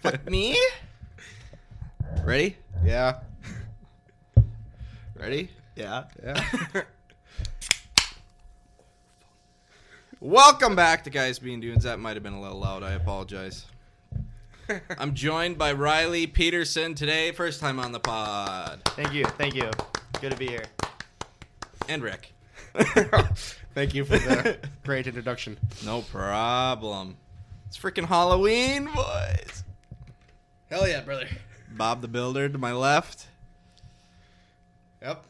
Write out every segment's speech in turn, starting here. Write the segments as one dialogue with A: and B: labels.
A: Fuck me. Ready?
B: Yeah.
A: Ready?
B: Yeah.
A: Yeah. Welcome back to Guys Being Dudes. That might have been a little loud. I apologize. I'm joined by Riley Peterson today, first time on the pod,
B: Thank you. Thank you. Good to be here.
A: and Rick.
B: Thank you for the great introduction.
A: No problem. It's freaking Halloween, boys.
B: Hell yeah, brother.
A: Bob the Builder to my left.
B: Yep.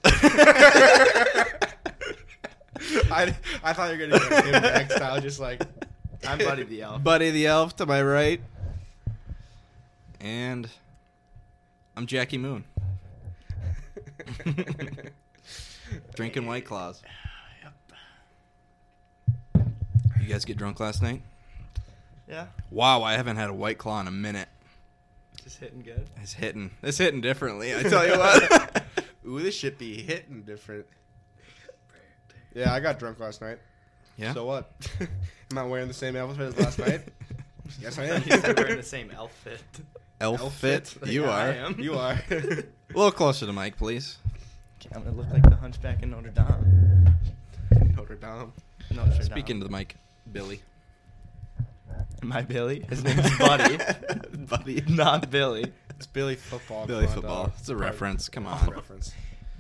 B: I, I thought you were gonna do it next. I was just like, I'm Buddy the Elf.
A: Buddy the Elf to my right. And I'm Jackie Moon. Drinking White Claws. You guys get drunk last night?
B: Yeah.
A: Wow, I haven't had a White Claw in a minute.
B: Just hitting good.
A: It's hitting. It's hitting differently, I tell you what.
B: Ooh, this shit be hitting different. Yeah, I got drunk last night.
A: yeah.
B: So what? am I wearing the same outfit as last night? yes, I am.
C: You said we're in the same outfit.
A: elf,
B: Elf
A: fit.
B: fit.
A: You
C: Yeah, I
A: are.
C: am.
B: You are.
A: A little closer to Mike, please.
C: I'm gonna look like the hunchback in Notre Dame.
B: Notre Dame.
C: Notre Dame.
A: Speaking to the mic, Billy.
C: my Billy, his name's Buddy.
A: Buddy.
C: Not Billy.
B: It's Billy football.
A: Billy
B: come on,
A: football.
B: dog.
A: It's a
B: Probably
A: reference. Come
B: a
A: on.
B: reference.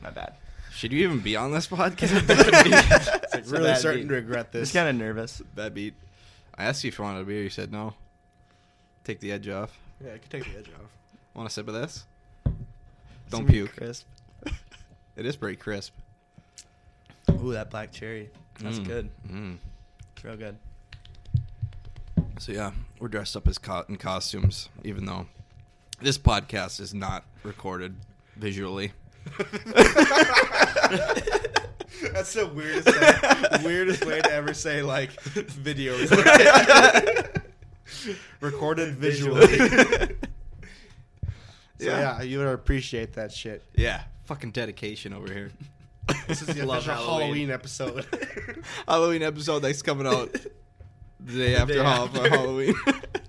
C: My bad.
A: Should you even be on this
C: It's
A: podcast?
B: It's like
C: So
B: really
C: that'd
B: starting
C: be-
B: to regret this.
C: Just kind of nervous.
A: that beat. I asked you if you wanted a beer. You said no. Take the edge off.
B: yeah, I could take the edge off.
A: Want a sip of this?
C: It's
A: Don't
C: gonna be
A: puke.
C: Crisp.
A: It is pretty crisp.
C: Ooh, that black cherry. That's
A: Mm,
C: good.
A: Mm.
C: It's real good.
A: So yeah, we're dressed up as co- in costumes, even though this podcast is not recorded visually.
B: That's the weirdest thing, weirdest way to ever say like video is recorded visually. so yeah. you would appreciate that shit.
A: Yeah. Fucking dedication over here.
B: This is the
C: Love
B: official Halloween,
C: Halloween.
B: episode.
A: Halloween episode that's coming out the day
C: The
A: after,
C: day
A: Hall- uh,
C: after.
A: Halloween.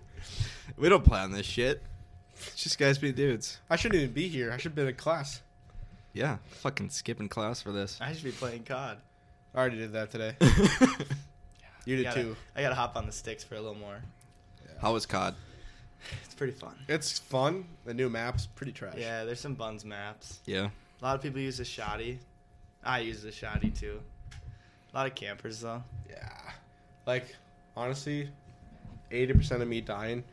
A: we don't plan this shit. It's just guys be dudes.
B: I shouldn't even be here. I should have been in class.
A: Yeah, fucking skipping class for this.
C: I should be playing COD.
B: I already did that today. You
C: I
B: did
C: gotta,
B: too.
C: I gotta hop on the sticks for a little more.
A: How was COD?
C: It's pretty fun.
B: It's fun. The new map's pretty trash.
C: Yeah, there's some buns maps.
A: Yeah.
C: A lot of people use the shoddy. I use the shoddy too. A lot of campers though.
B: Yeah. Like, honestly, 80% of me dying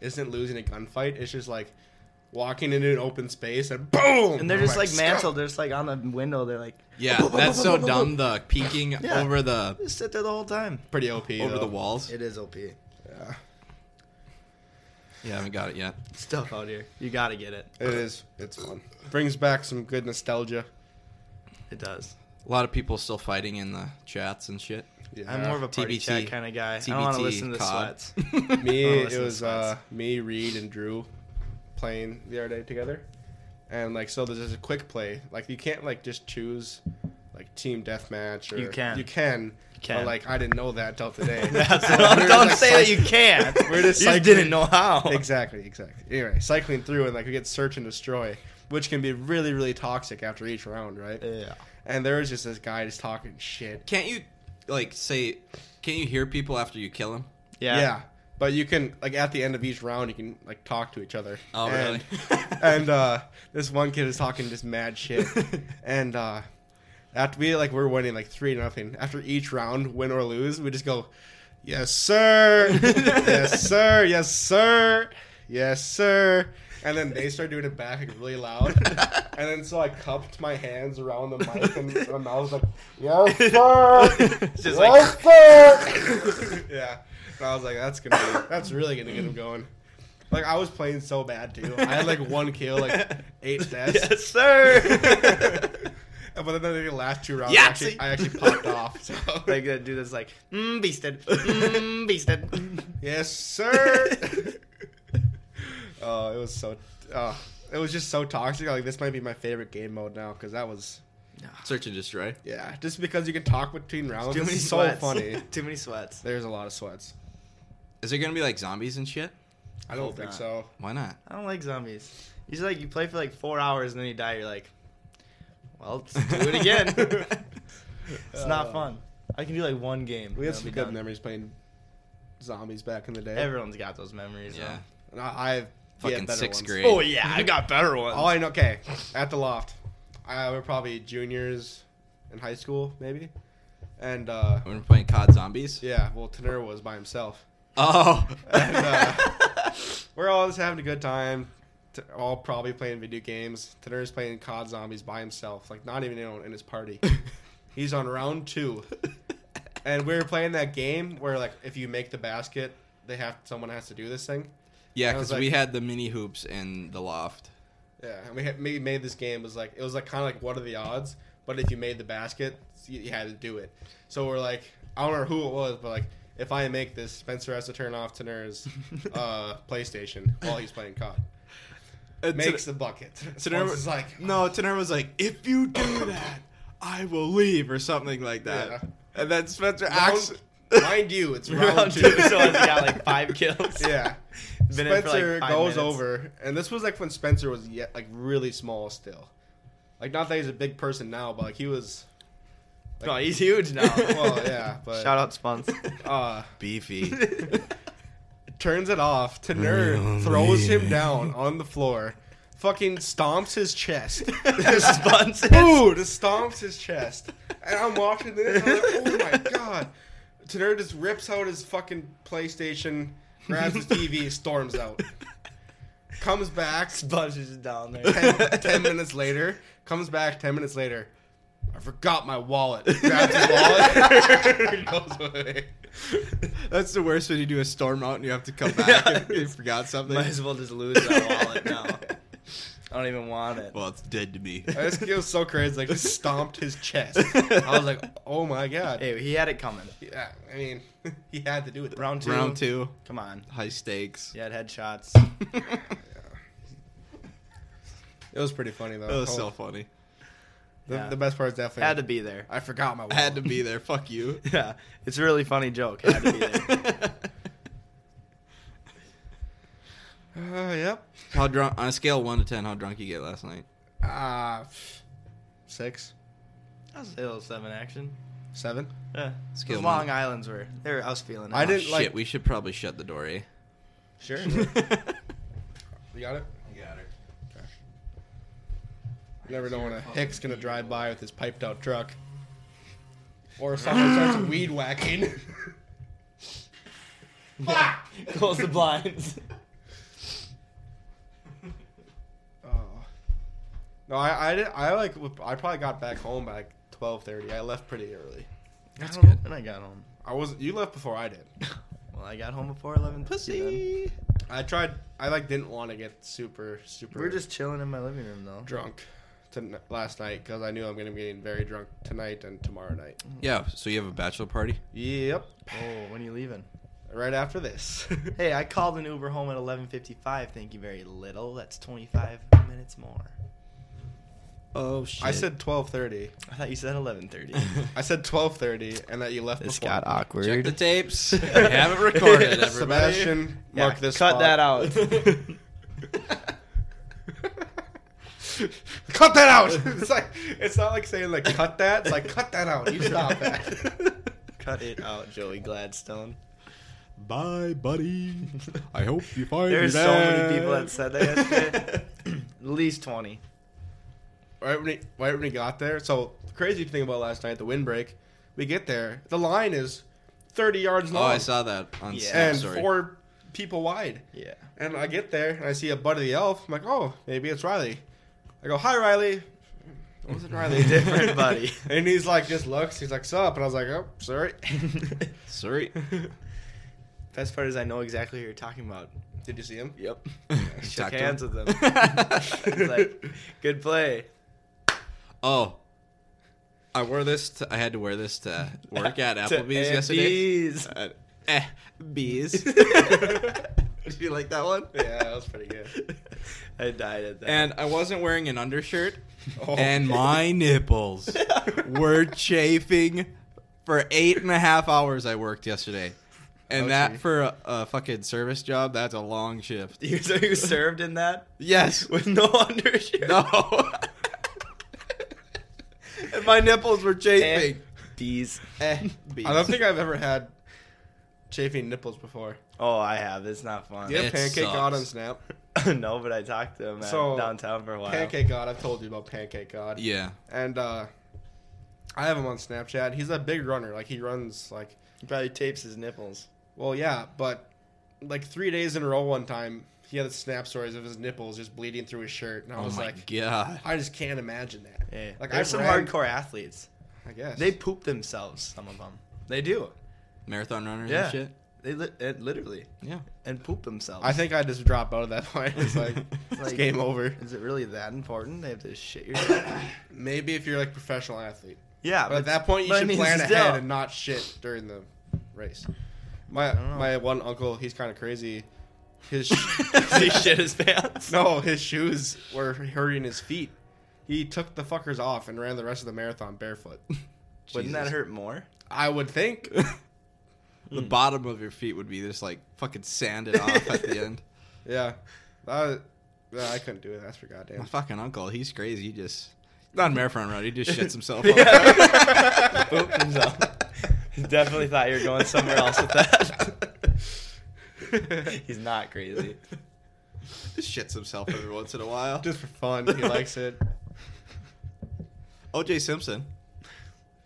B: isn't losing a gunfight. It's just like walking into an open space and boom!
C: And they're just
B: I'm
C: like
B: "Stop!"
C: mantled. They're just like on the window. They're like
A: Yeah, that's so dumb. The peeking
C: Yeah.
A: over the
C: just sit there the whole time.
B: Pretty OP.
A: over
B: though.
A: the walls.
C: It is OP.
B: Yeah.
A: Yeah, I haven't got it yet.
C: It's tough out here. You gotta get it.
B: It is. It's fun. Brings back some good nostalgia.
C: It does.
A: A lot of people still fighting in the chats and shit.
B: Yeah.
C: I'm more of a party
A: TBT.
C: chat kind of guy. I
A: TBT,
C: don't want to listen to
A: COD.
C: sweats.
B: me.
C: Oh,
B: It
C: listen,
B: was uh,
C: Spence.
B: me, Reed, and Drew playing the other day together, and like so. There's just a quick play. Like you can't like just choose like team deathmatch. Or,
C: You can.
B: You can. But
C: can.
B: like I didn't know that till today.
C: That's
B: So
C: what,
B: we were
C: don't
B: just,
C: say
B: like,
C: that you can't.
B: We're just
C: you just
B: like-
C: didn't know how.
B: Exactly, exactly. Anyway, cycling through and like we get search and destroy, which can be really, really toxic after each round, right?
C: Yeah.
B: And there was just this guy just talking shit.
A: Can't you like say? Can't you hear people after you kill them?
C: Yeah.
B: But you can like at the end of each round you can like talk to each other.
A: Oh,
B: and,
A: really?
B: and uh this one kid is talking just mad shit. and uh after we like we're winning like three to nothing. After each round, win or lose, we just go, Yes sir Yes sir, yes sir, yes sir and then they start doing it back like really loud. And then so I cupped my hands around the mic and my mouth was like, Yes sir
C: It's just like
B: Yes, sir! yeah. And I was like, that's gonna be, that's really gonna get him going. Like I was playing so bad too. I had like one kill, like eight stats.
C: yes, sir.
B: And but then the last two rounds,
C: Yeah,
B: I, actually,
C: see?
B: I actually popped off. So.
C: like that dude that's like, mm, beasted, mm, beasted.
B: yes, sir. oh, it was so. Oh, it was just so toxic. Like this might be my favorite game mode now because that was.
A: Search and destroy.
B: Yeah, just because you can talk between rounds.
C: Too
B: It's
C: many
B: so
C: sweats.
B: funny.
C: Too many sweats.
B: There's a lot of sweats.
A: Is there gonna be like zombies and shit?
B: I don't
C: Hope
B: think
C: not.
B: so.
A: Why not?
C: I don't like zombies. It's like you play for like four hours and then you die. You're like, well, let's do it again. it's
B: Uh,
C: not fun. I can do like one game.
B: We
C: and
B: had
C: I'll
B: some
C: be
B: good
C: done.
B: memories playing zombies back in the day.
C: Everyone's got those memories.
A: Yeah.
C: Yeah.
B: And I, I've
A: Fucking
B: better
A: sixth
B: ones.
A: grade.
C: Oh yeah, I got better ones.
B: All I know, okay, at the loft, I were probably juniors in high school, maybe, and uh,
A: When we're playing COD Zombies.
B: yeah, well, Tanner was by himself.
A: Oh.
B: And, uh, we're all just having a good time, t- all probably playing video games. Tanner's playing COD Zombies by himself, like not even in, in his party. He's on round two, and we were playing that game where like if you make the basket, they have someone has to do this thing.
A: yeah,
B: I was
A: because we
B: like-
A: had the mini hoops in the loft.
B: Yeah, and we had, we made this game was like it was like kind of like what are the odds? But if you made the basket, you, you had to do it. So we're like, I don't know who it was, but like if I make this, Spencer has to turn off Tanner's uh, PlayStation while he's playing COD. Makes the bucket.
A: Tanner
B: Spencer's like,
C: "Oh."
A: no, Tanner was like, if you do that, I will leave or something like that.
B: Yeah.
A: And then Spencer
B: round,
A: actually.
B: mind you, it's round,
C: round
B: two.
C: two, so I got like five kills.
B: yeah.
C: Been in for, like,
B: Spencer
C: five
B: goes
C: minutes.
B: over, and this was like when Spencer was yet like really small still. Like not that he's a big person now, but like he was. uh,
C: No, he's huge now.
B: Well, yeah, but
C: Shout out Spuns.
B: Uh,
A: Beefy.
B: turns it off. Tanner throws him down on the floor. Fucking stomps his chest. Just
C: Spuns.
B: Ooh, just stomps his chest. And I'm watching this. I'm like, oh my god. Tanner just rips out his fucking PlayStation, grabs his TV, storms out. Comes back
C: Spuns is just down there.
B: 10, 10 minutes later. Comes back 10 minutes later. I forgot my wallet. Grabs his wallet. goes away.
A: That's the worst when you do a storm out and you have to come back
C: Yeah.
A: and you forgot something.
C: Might as well just lose that wallet now. I don't even want it.
A: Well, it's dead to me.
B: I just, it was so crazy. Like, just stomped his chest. I was like, oh my god.
C: Hey, he had it coming.
B: Yeah, I mean, he had to do it.
C: Round two.
A: Round two,
C: Come on.
A: high stakes.
C: He had headshots.
B: It was pretty funny though.
A: That was so
B: Oh,
A: funny.
B: the,
C: yeah.
B: the best part is definitely.
C: had to be there.
B: I forgot my. Wallet.
A: I had to be there. Fuck you.
C: Yeah, it's a really funny joke. Had to be there.
B: Uh, yep.
A: how drunk? On a scale of one to ten, how drunk you get last night?
B: Uh, pff, six,
C: That was a little seven action.
B: seven.
C: Yeah,
A: Skill
C: Those
A: money.
C: Long Islands were. They were. I was feeling. It.
B: I didn't
A: Shit,
B: like.
A: we should probably shut the door. Eh?
B: Sure. you got it. You never know when a hick's gonna drive by with his piped out truck, or someone starts weed whacking.
C: Close the blinds.
B: Oh. No, I I did, I like w- I probably got back home by like twelve thirty. I left pretty early.
C: That's
A: good.
C: When I got home.
B: I was you left before I did.
C: Well, I got home before eleven. Pussy.
A: Pussy.
B: I tried. I like didn't want to get super super.
C: We were just chilling in my living room though.
B: drunk to last night because I knew I'm gonna be getting very drunk tonight and tomorrow night.
A: Yeah. So you have a bachelor party?
B: Yep.
C: Oh, when are you leaving?
B: Right after this.
C: Hey, I called an Uber home at eleven fifty-five. Thank you very little. That's twenty-five minutes more.
A: Oh shit.
B: I said 12:30.
C: I thought you said eleven thirty.
B: I said 12:30, and that you left
C: This
B: before.
C: got awkward.
A: Check the tapes. I have it recorded. Everybody.
B: Sebastian,
C: Yeah,
B: mark this.
C: Cut
B: spot.
C: that out.
B: cut that out. it's like it's not like saying like cut that. It's like cut that out. Oh, You stop that.
C: Cut it out, Joey Gladstone.
A: Bye, buddy. I hope you find
C: There's so many people that said that yesterday. At least twenty.
B: right when we, right when we got there. So crazy thing about last night, the windbreak. We get there, the line is 30 yards
A: Oh,
B: long
A: I saw that on
C: Yeah.
A: Snap
B: and
A: Story.
B: four people wide.
C: Yeah.
B: And I get there and I see a buddy the elf. I'm like, oh, maybe it's Riley. I go, hi Riley. Was it Riley?
C: Different buddy.
B: and he's like, just looks. He's like, sup? And I was like, oh, sorry.
A: Sorry.
C: Best part is I know exactly who you're talking about.
B: Did you see him?
C: Yep.
A: Talk
C: Shook
A: to
C: hands
A: him.
C: with them. It's like, good play.
A: Oh, I wore this. To, I had to wear this to work at
C: To
A: Applebee's
C: Aunt
A: yesterday.
C: Bees.
A: Uh, eh, bees. Did you like that one?
B: Yeah, that was pretty good.
C: I died at that.
A: And I wasn't wearing an undershirt,
B: Oh.
A: and my nipples were chafing for eight and a half hours. I worked yesterday. And
B: Oh,
A: that
B: gee.
A: for a, a fucking service job, that's a long shift.
C: You, so you served in that
A: Yes.
C: with no undershirt.
A: No. and my nipples were
C: Eh,
A: chafing.
C: bees.
A: Eh,
B: I don't think I've ever had chafing nipples before.
C: Oh, I have. It's not fun.
B: Do you have
A: It
B: pancake
A: sucks.
B: god on Snap?
C: no, but I talked to him at
B: So,
C: downtown for a while.
B: Pancake god. I've told you about pancake god.
A: yeah.
B: And uh, I have him on Snapchat. He's a big runner. Like he runs like
C: He probably tapes his nipples.
B: Well, yeah, but like three days in a row, one time he had snap stories of his nipples just bleeding through his shirt, and I
A: Oh
B: was
A: my
B: like,
A: god.
B: I just can't imagine that.
C: Yeah. Like
B: Like,
C: there's
B: I've
C: Eh. some
B: ran-
C: hardcore athletes.
B: I guess
C: They poop themselves. Some of them. They do.
A: Marathon runners
C: Yeah.
A: and shit.
C: They li- it, literally
A: Yeah.
C: and poop themselves.
B: I think I just drop out at that point. It's like, it's
C: Like-
B: game over.
C: Is it really that important? They have to shit yourself.
B: Maybe if you're like professional athlete,
C: yeah,
B: but, at that point you
C: but I
B: should
C: mean,
B: plan
C: still-
B: ahead and not shit during the race. My
C: don't know.
B: my one uncle, he's kind of crazy. His sh-
C: he shit his pants.
B: no, his shoes were hurting his feet. He took the fuckers off and ran the rest of the marathon barefoot.
C: Wouldn't that
B: Jesus.
C: hurt more?
B: I would think.
A: The bottom of your feet would be just like fucking sanded off at the end.
B: Yeah. That was- no, I couldn't do it. That's for
A: My
B: goddamn.
A: fucking uncle, he's crazy. He just not a marathon runner. He just shits himself.
C: Yeah.
A: Up.
C: Poop himself. Definitely thought you were going somewhere else with that. He's not crazy.
A: Just shits himself every once in a while.
B: Just for fun. He likes it.
A: OJ Simpson,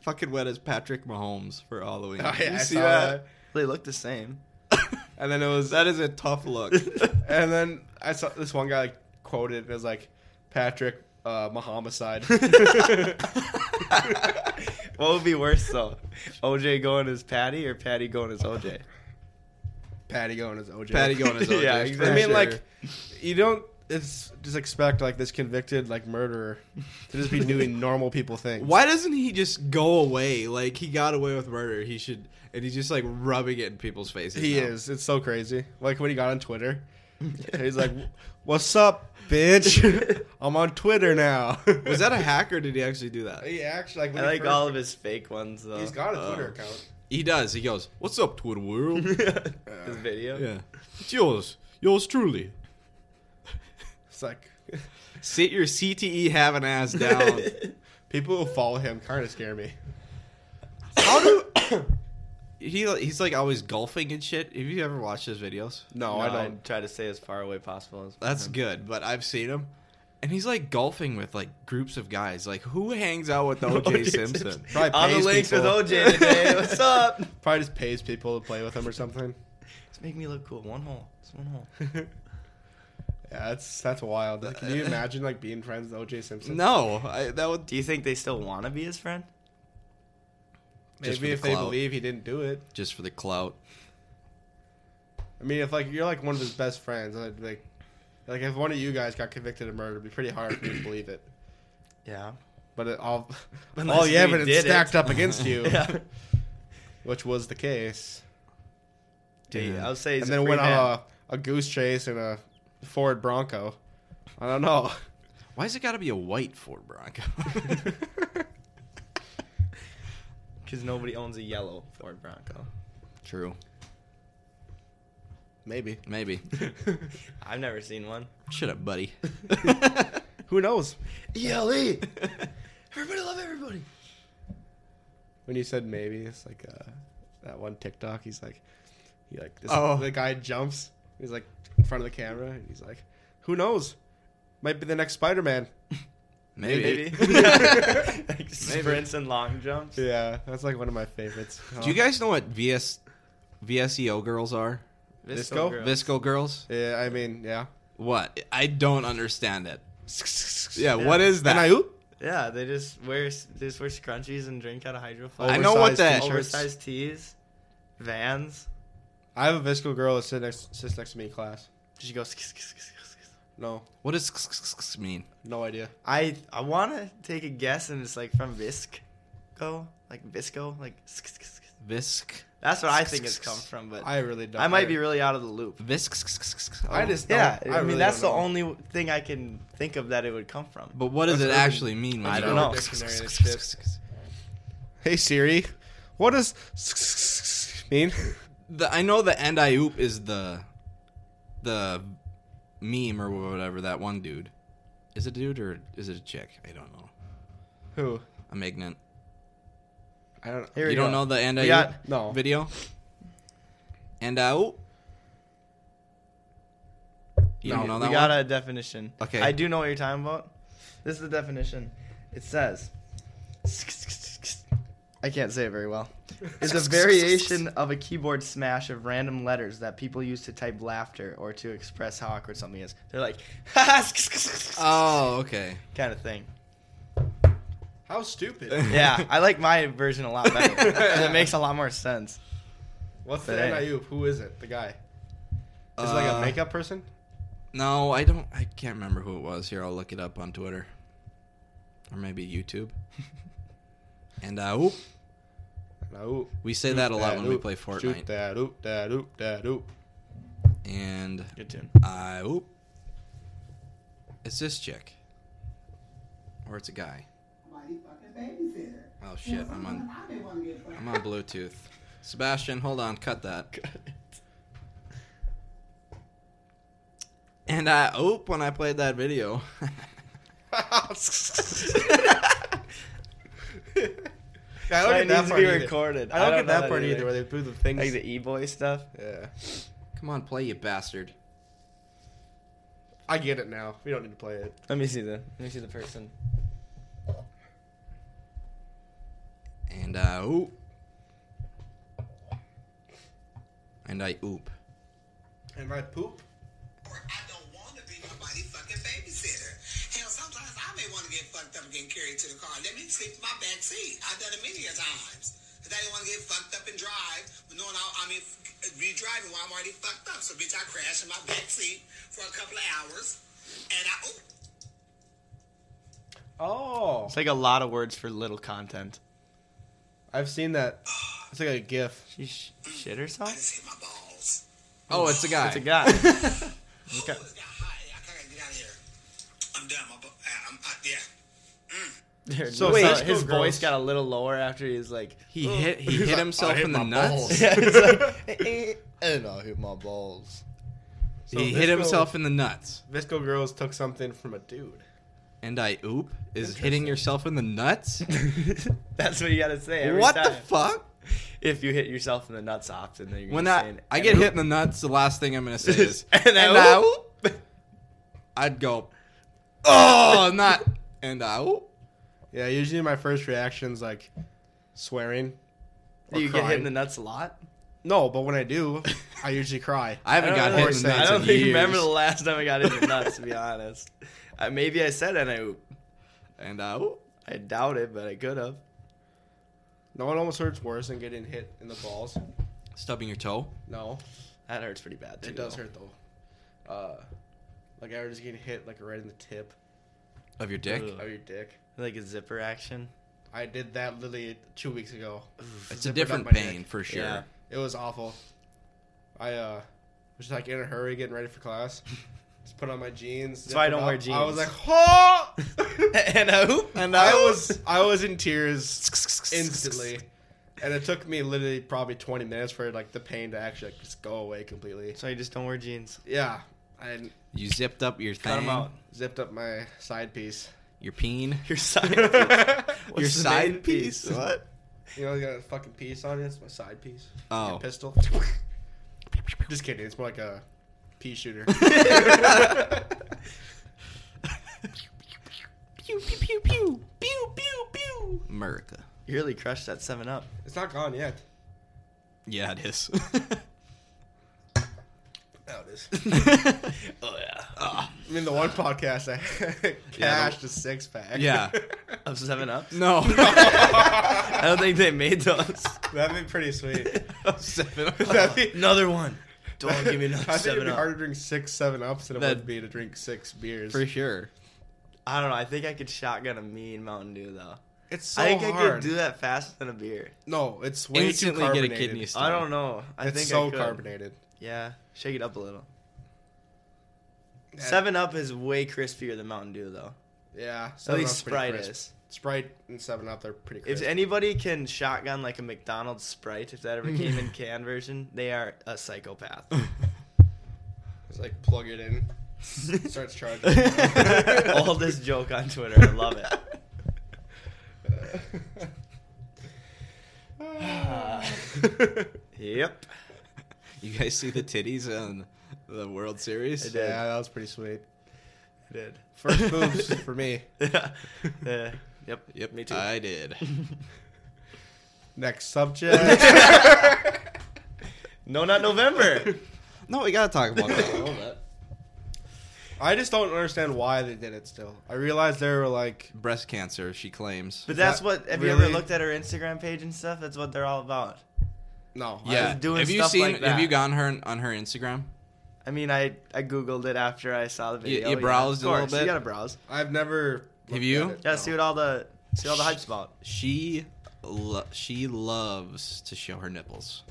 A: fucking wet as Patrick Mahomes for Halloween.
B: Oh, yeah,
A: you
B: I
A: see
B: saw
A: that?
B: that.
C: They look the same.
A: and then it was that is a tough look.
B: And then I saw this one guy like quoted as like Patrick uh Mahomicide.
C: What would be worse though? OJ going as Patty or Patty going as OJ?
B: Patty going as OJ.
A: Patty going as OJ.
C: Yeah,
A: for
B: I
C: exactly.
B: mean
A: sure.
B: like you don't it's just expect like this convicted like murderer to just be doing normal people things.
A: why doesn't he just go away? Like he got away with murder. He should, and he's just like rubbing it in people's faces.
B: He
A: now.
B: is. It's so crazy. Like when he got on Twitter, he's like, "What's up, bitch? I'm on Twitter now."
A: Was that a hack or did he actually do that?
B: He actually like.
C: I
B: When he
C: like
B: first-
C: all of his fake ones though.
B: He's got a Twitter
A: Oh.
B: account.
A: He does. He goes, "What's up, Twitter world?"
C: Uh, his video.
A: yeah, it's yours. Yours truly.
B: It's like
A: Sit your CTE having ass down.
B: people who follow him kind of scare me.
A: How do he? He's like always golfing and shit. Have you ever watched his videos?
B: No,
C: No,
B: I
C: I
B: don't.
C: try to stay as far away possible. As
A: That's good, but I've seen him, and he's like golfing with like groups of guys. Like who hangs out with OJ, Simpson?
B: Probably
C: On the
B: pays
C: links with
B: people.
C: OJ today. What's up? It's
B: Probably just pays people to play with him or something.
C: making me look cool. One hole. It's one hole.
B: yeah, that's that's wild. Like, can you imagine like being friends with OJ Simpson?
A: No, I, that would
C: Do you think they still want to be his friend?
A: Just for
B: Maybe
A: the
B: if they
A: clout.
B: believe he didn't do it.
A: just for the clout.
B: I mean, if like you're like one of his best friends, I'd be like, like if one of you guys got convicted of murder, it'd be pretty hard for me to believe it.
C: Yeah.
B: But it all, all
C: Unless
B: the
C: we
B: evidence
C: did it.
B: stacked up against you,
C: Yeah.
B: which was the case.
A: Dude.
C: Dude, I'll say he's
B: and then
C: a free
B: went on
C: man.
B: a, a goose chase and a Ford Bronco. I don't know.
A: Why's it got to be a white Ford Bronco?
C: Because nobody owns a yellow Ford Bronco.
A: True,
B: Maybe.
A: maybe.
C: I've never seen one.
A: Shut up, buddy.
B: Who knows?
C: ELE! everybody love everybody!
B: When you said maybe, it's like uh, that one TikTok. He's like, he like this,
A: Oh.
B: the guy jumps. He's like in front of the camera, and he's like, "Who knows? Might be the next Spider-Man."
A: Maybe.
C: like sprints and long jumps.
B: Yeah, that's like one of my favorites.
A: Do you guys know what VS VSEO E girls are?
B: Visco?
C: girl.
A: Visco girls?
B: Yeah, I mean, yeah.
A: What? I don't understand it. Yeah, what is that?
B: And I oop.
C: Yeah, they just wear they just wear scrunchies and drink out of hydro
A: I
C: flask.
A: know what
B: Oversized
A: that-
B: t-shirts.
C: Oversized tees, Vans.
B: I have a visco girl that sits next, sits next to me in class.
C: She goes. "Sk- sk- sk- sk- sk- sk."
B: No,
A: What does mean?
B: no idea.
C: I I want to take a guess, and it's like from Visco, like Visco, like. sk- sk- sk- sk.
A: Visc.
C: That's what I think it's come from, but
B: I really don't.
C: I might be really out of the loop.
A: Visc.
B: I just don't-
C: Yeah, I,
B: really
C: mean that's the
B: don't know.
C: only thing I can think of that it would come from.
A: But what does
B: That's
A: it
B: urban-
A: actually mean? When
C: I
A: you
C: don't
A: go-
C: know.
B: Dictionary and shit. Hey Siri, what does mean?
A: the I know the end I oop is the the meme or whatever that one dude. Is it a dude or is it a chick? I don't know.
B: Who?
A: I'm ignorant.
B: I don't
C: Here
A: you
C: we
A: don't
C: go.
A: know the and I
C: We got-
A: oop
B: No.
A: video? And I oop. You don't know that
C: we got
A: one?
C: a definition.
A: Okay.
C: I do know what you're talking about. This is the definition. It says, I can't say it very well. It's a variation of a keyboard smash of random letters that people use to type laughter or to express how awkward something is. They're like,
A: Oh, okay.
C: kind of thing.
B: How stupid.
C: Yeah, I like my version a lot better. 'cause it makes a lot more sense.
B: What's
C: But
B: the
C: hey.
B: NIU? Who is it? The guy. Is it like a
A: Uh,
B: makeup person?
A: No, I don't. I can't remember who it was. Here, I'll look it up on Twitter or maybe YouTube. and uh, oop,
B: No.
A: we say that a lot when we play
B: Shoot
A: Fortnite.
B: that oop, that oop, that oop.
A: And
C: Good tune.
A: I oop, it's this chick, or it's a guy.
D: Mighty fucking babysitter.
A: Oh shit, I'm on.
D: I may want to get
A: I'm on Bluetooth. Sebastian, hold on, cut that. And I oop when I played that video.
B: Yeah, I don't
C: That
B: get that
C: needs to
B: part
C: be
B: either.
C: recorded.
B: I don't, get that, part either. where they do the things.
C: Like the e-boy stuff.
B: yeah.
A: Come on, play you bastard.
B: I get it now. We don't need to play it.
C: Let me see the. Let me see the person.
A: And uh, I oop. And I oop.
B: And right poop.
D: I don't want to be nobody's fucking babysitter. Hell, sometimes I may want to get fucked up and get carried to the car. Let me sleep in my back seat. I've done it many a times. Because I didn't want to get fucked up and drive, knowing I, I mean, f- be driving while I'm already fucked up. So, bitch, I crashed in my back seat for a couple of hours. And I, oop,
B: Oh,
C: It's like a lot of words for little content.
B: I've seen that. It's like a GIF.
C: She sh- shit
D: I
C: herself.
D: just hit my balls.
A: Oh, it's a guy.
C: It's a guy.
D: Okay. Oh, it got hot. I gotta get out of here. I'm done. My, bu- I- I'm, I, yeah.
C: Dude,
B: So
C: so wait,
B: wait,
C: his
B: Cisco
C: voice
B: girls-
C: got a little lower after he's like,
A: He hit he hit
B: like,
A: himself
B: "I hit
A: in the
B: my
A: nuts.
B: balls."
C: yeah, it's like and I hit my balls.
A: he
B: So
A: hit
B: Visco-
A: himself in the nuts.
B: Visco girls took something from a dude.
A: And I oop is hitting yourself in the nuts?
C: That's what you gotta say. Every
A: what
C: time.
A: the fuck?
C: If you hit yourself in the nuts often, then you're gonna
A: When
C: be
A: I
C: saying,
A: I
C: "And
A: get
C: oop."
A: hit in the nuts, the last thing I'm gonna say is
C: And
A: and,
C: I
A: I
C: oop."
A: oop. I'd go Oh not and I oop.
B: Yeah, usually my first reaction's like swearing.
C: Do
B: or
C: you get hit in
B: crying.
C: the nuts a lot?
B: No, but when I do, I usually cry.
A: I haven't
C: don't
A: got
C: really
A: hit in the
B: say-
A: nuts.
C: I don't
A: in
C: think
A: years.
C: remember the last time I got hit in the nuts. To be honest, I, maybe I said and I oop.
A: and I oop.
C: I doubt it, but I could have.
B: No one almost hurts worse than getting hit in the balls.
A: Stubbing your toe.
B: No,
C: That hurts pretty bad. Too,
B: it does
C: though.
B: hurt though. Uh, like I was getting hit like right in the tip
A: Of your dick.
C: Ugh.
B: of your Oh, dick.
C: Like a zipper action.
B: I did that literally two weeks ago.
A: It's a
B: Zippered up
A: different
B: my
A: pain
B: dick.
A: for sure.
C: Yeah.
B: It was awful. I uh was like in a hurry getting ready for class. Just put on my jeans.
C: That's why I
B: zip it
C: don't wear
B: up. I was
C: jeans.
B: like, oh!
C: and I oop.
B: and I was I was in tears instantly. And it took me literally probably 20 minutes for like the pain to actually like, just go away completely.
C: So you just don't wear jeans.
B: Yeah, I
A: You zipped up your
C: Cut
A: thing.
C: them out.
B: zipped up my side piece.
A: Your peen.
C: Your side.
B: you
A: Your
C: the
A: side
C: main
A: piece?
C: What?
B: know, you got a fucking piece on it. It's my side piece.
A: Oh.
B: Your pistol. just kidding. It's more like a pea shooter.
A: Pew pew pew pew pew pew pew. America.
C: You really crushed that Seven Up.
B: it's not gone yet.
A: Yeah, it is.
B: Oh, it is.
C: Oh yeah.
A: Ah.
B: I mean, the one podcast I
A: Yeah,
B: cashed a six pack.
A: Yeah.
C: Of Seven Up.
A: no.
C: I don't think they made those.
B: That'd be pretty sweet.
A: Seven up.
B: That'd be,
C: Another one. Don't give me
B: I
C: another
B: think it'd
C: Seven
B: be
C: Up.
B: harder to drink six seven ups than it
A: That'd-
B: would be to drink six beers.
A: For sure.
C: I don't know. I think I could shotgun a mean Mountain Dew though.
B: It's so
C: I think
B: hard.
C: I could do that faster than a beer.
B: No, it's way
A: Instantly
B: too
A: get a
B: carbonated.
A: kidney stone.
C: I don't know. I
B: it's
C: think I
B: so
C: could.
B: carbonated.
C: Yeah, shake it up a little.
B: Yeah.
C: Seven Up is way crispier than Mountain Dew though.
B: Yeah,
C: At
B: Seven
C: least
B: Up's pretty
C: Sprite
B: crisp.
C: is.
B: Sprite and Seven Up, they're pretty.
C: If
B: Crisp.
C: anybody can shotgun like a McDonald's Sprite, if that ever came in can version, they are a psychopath.
B: Just like plug it in, starts charging.
C: All this joke on Twitter, I love it. Yep.
A: You guys see the titties on the World Series?
C: I did.
B: yeah, that was pretty sweet.
C: I did.
B: First boobs for me.
C: Uh, yep.
A: Yep,
C: Me too.
A: I did.
B: Next subject.
C: no, not November.
A: no, we gotta talk about that a little bit.
B: I just don't understand why they did it. Still, I realized they were like,
A: Breast cancer, she claims.
C: But that's
B: that
C: what. Have you
B: really-
C: ever looked at her Instagram page and stuff? That's what they're all about.
B: no, I-
A: yeah,
C: doing
A: have you
C: stuff
A: seen?
C: like that.
A: Have you gone her on her Instagram?
C: I mean, I I googled it after I saw the
A: You-
C: video.
A: you
C: yeah,
A: browsed a
C: of
A: little
C: course,
A: bit?
C: You gotta browse.
B: I've never.
A: Have
B: looked
A: you?
B: at it,
C: Gotta
B: no.
C: see what all the see all the hype's about.
A: She, lo- she loves to show her nipples.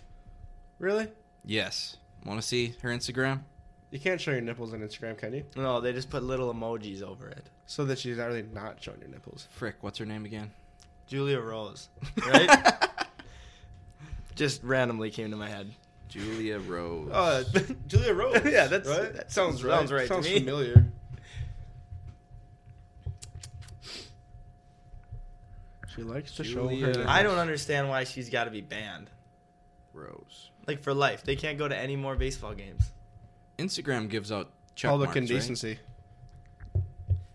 B: Really?
A: Yes. Want to see her Instagram?
B: You can't show your nipples on Instagram, can you?
C: No, they just put little emojis over it.
B: So that she's not really not showing your nipples.
A: Frick, what's her name again?
C: Julia Rose, right? just randomly came to my head.
A: Julia Rose.
C: Oh,
B: Uh, Julia Rose.
C: Yeah, that's-
B: right?
C: that
B: sounds
C: sounds
B: right.
C: right to
B: Sounds
C: me.
B: familiar. She likes to
A: Julia-
B: show her.
C: I don't understand why she's got to be banned.
A: Rose.
C: Like for life, they can't go to any more baseball games.
A: Instagram gives out check
B: public
A: marks, right?
B: indecency.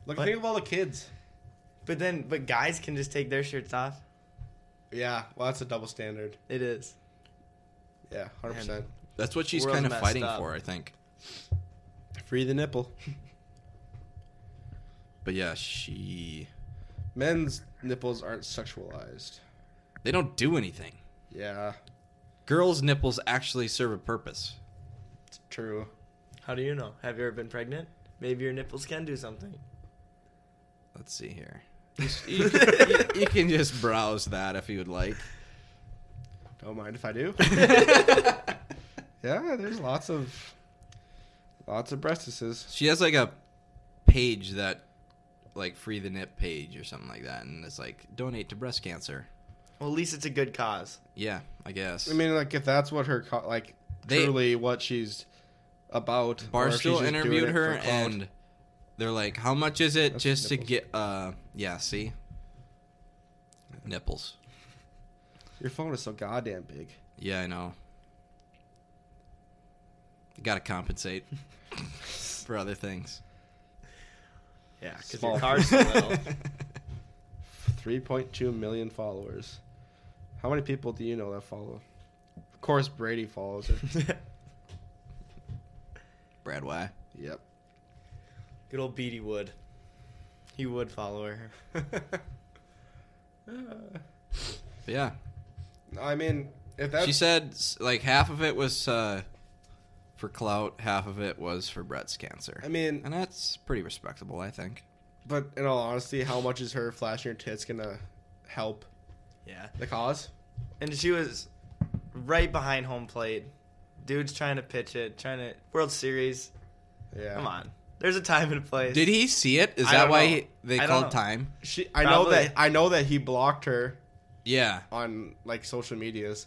B: Look,
C: What?
B: think of all the kids.
C: But then, but guys can just take their shirts off.
B: Yeah, well, that's a double standard.
C: It is.
B: Yeah, hundred percent.
A: That's what she's
C: World's
A: kind of
C: messed
A: fighting
C: up.
A: for, I think.
B: Free the nipple.
A: But yeah, she.
B: Men's nipples aren't sexualized.
A: They don't do anything.
B: Yeah,
A: Girls' nipples actually serve a purpose.
B: it's true.
C: How do you know? Have you ever been pregnant? Maybe your nipples can do something.
A: Let's see here. You, you- you can just browse that if you would like.
B: Don't mind if I do. yeah, there's lots of lots of breastises.
A: She has like a page that, like, free the nip page or something like that, and it's like donate to breast cancer.
C: Well, at least it's a good cause.
A: Yeah, I guess.
B: I mean, like if that's what her co- like
A: They-
B: truly what she's about. or if she's
A: Barstool
B: just doing
A: interviewed
B: it for
A: her,
B: clout.
A: and they're like, "How much is it
B: That's
A: just to
B: nipples.
A: get?" Uh, yeah, see, nipples.
B: your phone is so goddamn big.
A: Yeah, I know. You gotta compensate for other things.
C: Yeah, because
B: Small.
C: your car's so little.
B: Three point two million followers. How many people do you know that follow? Of course, Brady follows her.
A: Brad, why?
B: yep.
C: Good old Beatty would. He would follow her.
A: But yeah,
B: I mean, if that's
A: she said s- like half of it was uh, for clout, half of it was for Brett's cancer,
B: I mean,
A: and that's pretty respectable, I think.
B: But in all honesty, how much is her flashing her tits gonna help
C: Yeah.
B: the cause?
C: And she was right behind home plate. Dude's trying to pitch it, trying to World Series.
B: Yeah.
C: Come on. There's a time and a place.
A: Did he see it? Is
C: I
A: that
C: don't
A: why
C: know.
A: he, they
C: I don't
A: called
C: know.
A: time?
B: She I know
C: Probably.
B: that I know that he blocked her
A: Yeah,
B: on like social medias.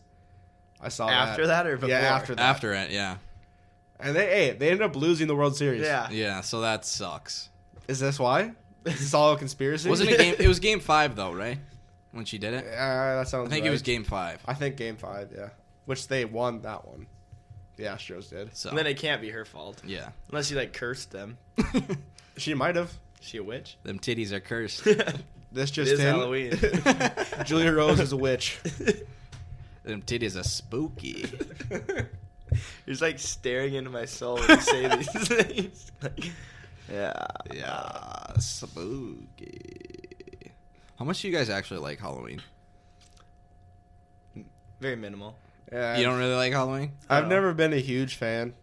B: I saw
C: after that, or before?
B: Yeah, after that.
A: after it. Yeah,
B: And they hey, they ended up losing the World Series.
C: Yeah.
A: yeah. So that sucks.
B: Is this why? Is this all a conspiracy?
A: Wasn't it game? It was game five though, right? When she did it,
B: Uh, that sounds
A: I think it
B: right.
A: was game five.
B: I think game five, yeah. Which they won that one. The Astros did.
A: So
C: Then it can't be her fault.
A: yeah,
C: Unless she like cursed them.
B: She might have.
C: Is she a witch?
A: them titties are cursed.
B: This
C: It
B: just
C: is
B: in.
C: Halloween.
B: Julia Rose is a witch.
A: them titties are spooky.
C: He's like staring into my soul when you say these things. Like, yeah.
A: Yeah, spooky. How much do you guys actually like Halloween?
C: Very minimal.
B: Yeah.
A: You don't really like Halloween?
B: I've
C: No.
B: never been a huge fan.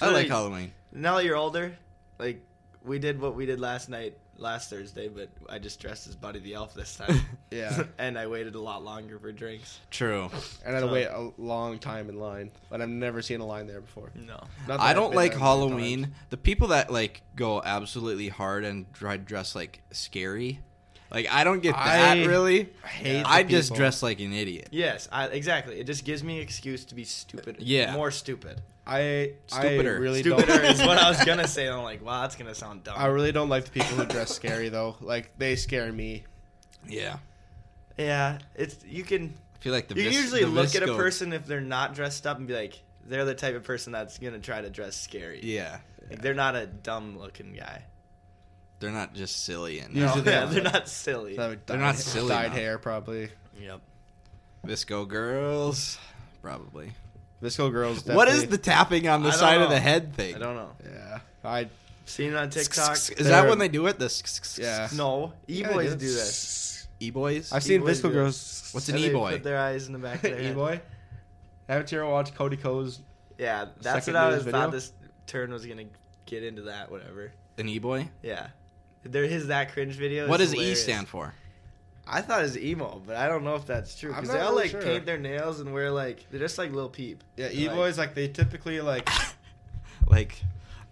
A: I like
C: Like-
A: Halloween.
C: Now that you're older, like we did what we did last night, last Thursday, but I just dressed as Buddy the Elf this time.
B: Yeah.
C: and I waited a lot longer for drinks.
A: True.
B: and I had to
C: So-
B: wait a long time in line. But I've never seen a line there before.
C: No.
B: Not that
A: I
B: I've
A: don't
B: been
A: like
B: there many times.
A: Halloween. The people that like go absolutely hard and try to dress like scary, Like I don't get that
B: I
A: really.
B: I hate the
A: I just
B: people.
A: dress like an idiot.
C: Yes, I, exactly. It just gives me excuse to be stupid.
A: Yeah.
C: More stupid.
B: I
A: Stupider.
B: I really
C: Stupider
B: don't.
C: is what I was gonna say. and I'm like, wow, that's gonna sound dumb.
B: I really don't like the people who dress scary though. Like they scare me.
A: Yeah.
C: yeah, it's you can
A: I feel like the
C: you
A: vis-
C: can usually
A: the
C: look at a
A: visco-
C: person if they're not dressed up and be like, they're the type of person that's gonna try to dress scary.
A: Yeah.
C: Like, they're not a dumb looking guy.
A: They're not just silly and
B: Usually they
C: yeah,
B: are.
C: they're not silly.
B: That would
A: They're
B: dyed-
A: not silly
B: Dyed
A: now.
B: hair probably.
C: Yep.
A: visco girls, probably.
B: Visco girls. Definitely.
A: What is the tapping on the
C: I don't
A: side of
C: know.
A: the head thing?
C: I don't know.
B: Yeah. I
C: Seen it on TikTok.
A: Is that
B: They're-
A: when they do it? The
B: Yeah.
C: No, e
B: Yeah,
C: boys
B: dude.
C: do this.
A: e boys.
B: I've seen
C: E-boy
B: Visco
C: do it.
B: girls.
A: What's an
C: And they
A: e-boy?
C: Put their eyes in the back of their
B: E
C: head.
B: boy? Haven't you ever watched Cody Co's?
C: Yeah, that's
B: Second
C: what I
B: news
C: was
B: video?
C: thought this turn was gonna get into that. Whatever.
A: An e boy.
C: Yeah, there is that cringe video.
A: What
C: It's
A: does
C: hilarious.
A: e stand for?
C: I thought it was emo, but I don't know if that's true
B: I'm
C: because
B: not
C: they all
B: really
C: like
B: sure.
C: paint their nails and wear like they're just like little peep.
B: Yeah,
C: They're
B: E boys like they typically like
A: Like,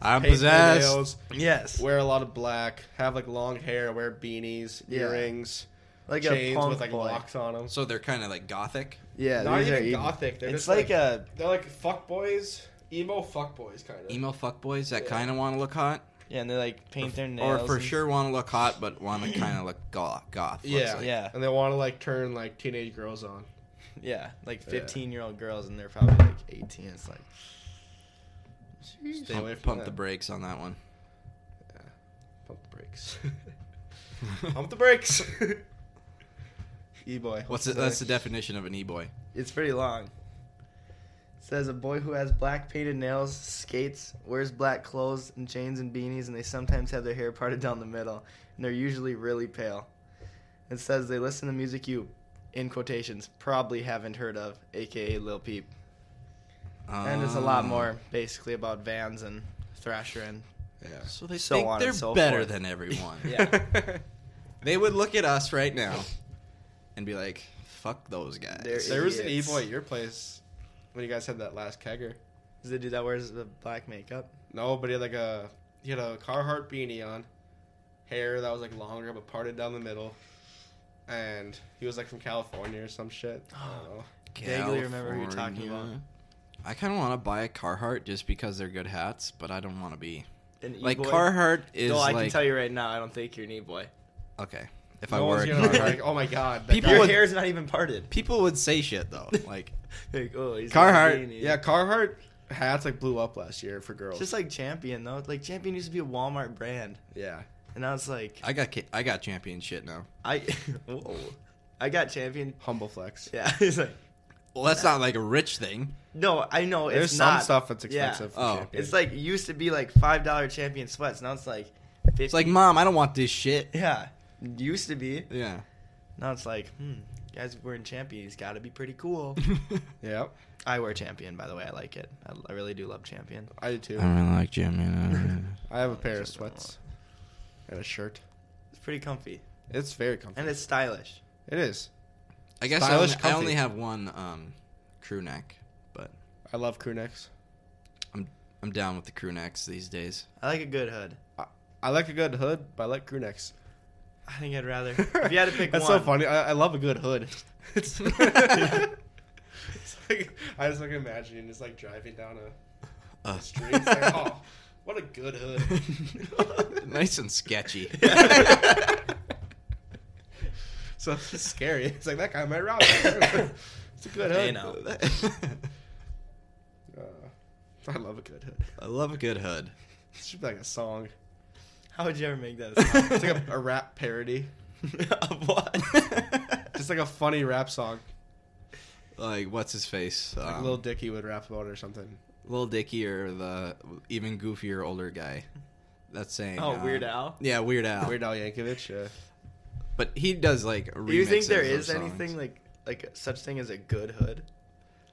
A: I'm
B: paint their
A: possessed.
B: nails,
C: Like, yes,
B: wear a lot of black, have like long hair, wear beanies,
C: Yeah.
B: earrings,
C: like
B: chains
C: a punk
B: with like
C: boy.
B: locks on them.
A: So they're kind of like gothic.
C: Yeah,
B: Not
C: these are
B: even
C: emo.
B: gothic. They're
C: It's
B: just
C: like,
B: like,
C: a
B: They're like fuck boys, emo fuck boys kind of.
A: Emo fuckboys that
B: Yeah.
A: kind of want to look hot,
C: yeah, and they like paint their
A: or
C: nails
A: for
C: and-
A: sure want to look hot but want to kind of look goth. goth looks
B: Yeah,
A: like.
C: Yeah,
B: And they want to like turn like teenage girls on.
C: yeah, like
B: Yeah.
C: fifteen year old girls and they're probably like eighteen. It's like
A: They
B: away from
A: pump
B: that.
A: the brakes on that one.
B: Pump the brakes. Pump the brakes. e boy.
A: What's it, that's the definition of an e boy.
C: It's pretty long. It says a boy who has black painted nails, skates, wears black clothes and chains and beanies, and they sometimes have their hair parted down the middle, and they're usually really pale. It says they listen to music you, in quotations, probably haven't heard of, aka Lil Peep. And it's a
A: Um,
C: lot more basically about Vans and Thrasher and
B: Yeah.
A: So they
C: So
A: think
C: on and
A: they're
C: so
A: better
C: forth.
A: than everyone.
C: Yeah.
A: They would look at us right now and be like, "Fuck those guys."
C: There is-
B: there was an e
C: Idiots.
B: boy at your place when you guys had that last kegger.
C: is the dude that wears the black makeup.
B: No, but he had like a he had a Carhartt beanie on, hair that was like longer but parted down the middle, and he was like from California or some shit. I don't know.
C: Vaguely remember who you're talking
A: California. I kind of want to buy a Carhartt just because they're good hats, but I don't want to be
C: An
A: like
C: e-boy.
A: Carhartt is
C: Though I
A: like
C: can tell you right now, I don't think you're an e-boy.
A: okay. If
B: No
A: I were
B: one's
A: a
B: gonna
A: Carhartt-
B: like, oh my god, that
A: People
B: guy-
C: Your
A: would-
C: hair's not even parted.
A: people would say shit though. Like
C: Like, oh, he's
A: Carhartt,
C: got a beanie.
B: yeah, Carhartt hats like blew up last year for girls.
C: It's just like Champion though. Like Champion used to be a Walmart brand,
B: yeah,
C: and I was like,
A: I got ki- I got champion shit now.
C: I, whoa, I got Champion.
B: humble flex.
C: Yeah, he's like,
A: Well, that's not like a rich thing.
C: no, I know it's
B: There's some
C: not.
B: stuff that's
C: Yeah.
B: expensive. for
A: Oh.
B: Champion.
C: It's like used to be like five dollar Champion sweats. Now it's like, 50.
A: It's like, mom, I don't want this shit.
C: yeah, used to be.
A: Yeah.
C: Now it's like, hmm, guys wearing Champion, he's got to be pretty cool.
B: yeah,
C: I wear Champion by the way. I like it. I, I really do love Champion.
B: I do too.
A: really like champion.
B: I have Oh, a pair of sweats and a shirt.
C: It's pretty comfy
B: It's very comfy.
C: and it's stylish.
B: It is.
A: I guess I
B: Stylish,
A: only, I
B: comfy.
A: only have one um, crew neck, but
B: I love crew necks.
A: I'm down with the crew necks these days.
C: I like a good hood.
B: I like a good hood, but I like crew necks.
C: I think I'd rather. If you had to pick
B: That's
C: one,
B: so funny. I, I love a good hood. it's, It's like I just like imagining just like driving down a
A: Uh.
B: street. It's like, oh, what a good hood.
A: nice and sketchy.
B: So it's just scary. It's like that guy might rob me. It's a good hood.
C: You know.
B: Uh, I love a good hood.
A: I love a good hood.
B: It should be like a song.
C: How would you ever make that? sound?
B: It's like a, a rap parody.
C: of what?
B: Just like a funny rap song.
A: Like what's his face?
B: Like
A: Um,
B: Lil Dicky would rap about it or something.
A: Lil Dicky or the even goofier older guy. That's saying.
C: Oh,
A: um,
C: Weird Al?
A: Yeah, Weird Al.
B: Weird Al Yankovic. Uh,
A: But he does like.
C: Do you think
A: remixes
C: there
A: of
C: is
A: songs.
C: anything like like such thing as a good hood?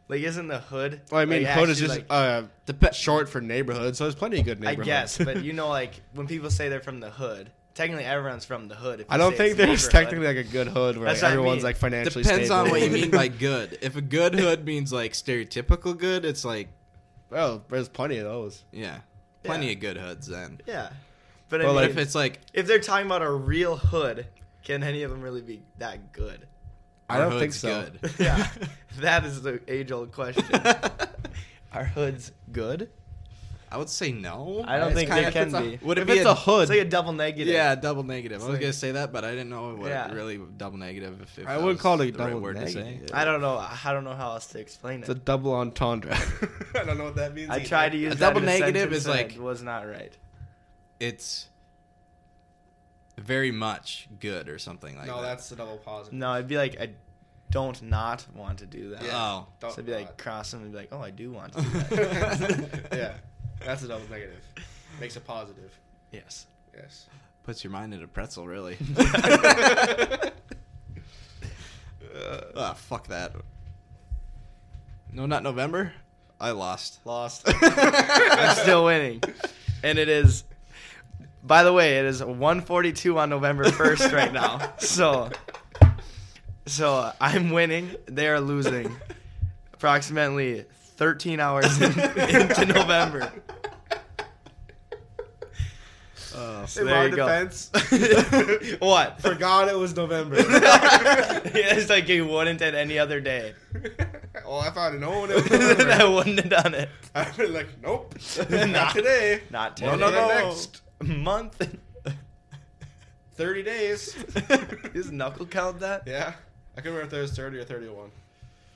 C: Like, isn't the hood?
B: well, I mean,
C: like,
B: hood is
C: actually,
B: just
C: like-
B: uh,
A: Depe-
B: short for neighborhood, so there's plenty of good
C: I
B: neighborhoods.
C: guess, but you know, like when people say they're from the hood, technically everyone's from the hood. If
B: I
C: you
B: don't
C: say
B: think
C: it's a
B: there's
C: neighborhood.
B: technically like a good hood where
C: That's what
B: like,
C: I
B: everyone's
C: mean.
B: like financially
A: Depends
B: stable.
A: on what you mean by good. If a good hood means like stereotypical good, it's like
B: well, Oh, there's plenty of those.
A: yeah, plenty
C: Yeah.
A: of good hoods then.
C: Yeah, but I
B: But,
C: mean,
B: like,
A: If it's like
C: if they're talking about a real hood, Can any of them really be that good?
B: I
A: Our
B: don't think
A: hood's
B: so.
A: good.
C: Yeah, that is the age old question. Are hoods good?
A: I would say no.
C: I don't
A: It's
C: think
A: kinda-
C: they
A: if
C: can
A: it's a-
C: be.
A: Would it
C: if
A: be
C: it's a, hood? It's like a double negative.
A: Yeah, double negative. I was
C: like-
A: gonna say that, but I didn't know what
C: Yeah.
A: really double negative. If, if
B: I
A: that
B: would
A: was
B: call it a
A: the
B: double
A: right word
B: negative.
A: to say.
C: I don't know. I don't know how else to explain
B: It's a
C: it.
B: double entendre. I don't know what that means.
C: I
B: either.
C: tried to use
A: A
C: that
A: double
C: in
A: negative
C: sentence
A: is
C: and
A: like-
C: it was not right.
A: It's very much good or something like
B: No,
A: that.
B: that's the double positive.
C: No, it'd be like I don't not want to do that.
A: Yeah. Oh.
C: So
B: Don't
C: it'd be like
B: not.
C: cross them and be like, oh, I do want to. do that.
A: Oh.
B: yeah, that's a double negative. Makes a positive.
C: yes.
B: Yes.
A: Puts your mind in a pretzel, really. Ah, fuck that. No, not November. I lost.
B: Lost.
C: I'm still winning. And it is by the way, it is 142 on November 1st right now. So so I'm winning, they are losing approximately 13 hours in- into November.
A: Oh,
C: So there you go. What?
B: Forgot it was November.
C: it's like you wouldn't at any other day.
B: oh, I found it. No one. It was
C: I
B: November.
C: wouldn't have done it.
B: I've been like, nope,
C: Nah.
B: not today.
C: Not
B: No,
C: today.
B: no, no. Next
C: Month.
B: thirty days.
C: Is knuckle count that?
B: yeah, I can remember if there was thirty or thirty-one.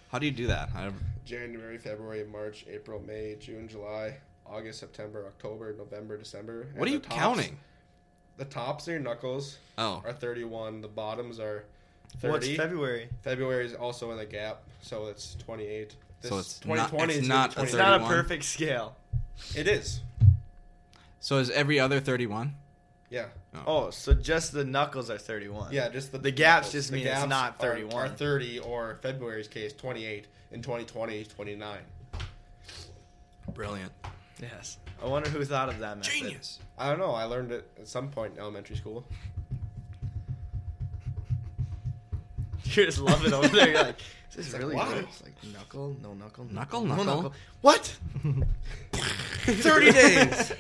A: How do you do that? I,
B: January, February, March, April, May, June, July, August, September, October, November, December.
A: what are
B: And
A: you
B: the tops-
A: counting?
B: The tops of your knuckles
A: Oh,
B: are 31. The bottoms are
C: What's
B: 30.
C: February?
B: February is also in the gap, so it's 28. This
A: So it's not-
B: 2020
A: it's
B: is
A: not
B: not
A: a
B: 20.
C: It's not a
A: 31.
C: perfect scale.
B: It is.
A: so is every other thirty-one?
B: Yeah.
C: Oh, so just the knuckles are 31.
B: Yeah, just the
C: The gaps
B: knuckles.
C: just
B: The
C: mean it's
B: gaps
C: not
B: are-
C: 31.
B: Are, 30 or February's case 28 and 2020 is 29.
A: Brilliant,
C: Yes. I wonder who thought of that method.
A: genius.
B: I don't know. I learned it at some point in elementary school.
C: You're just loving over there. You're like, is this
B: It's like,
C: really
B: wow.
C: good? It's like knuckle, no knuckle,
A: Knuckle,
C: no
A: knuckle.
C: What?
A: 30 days.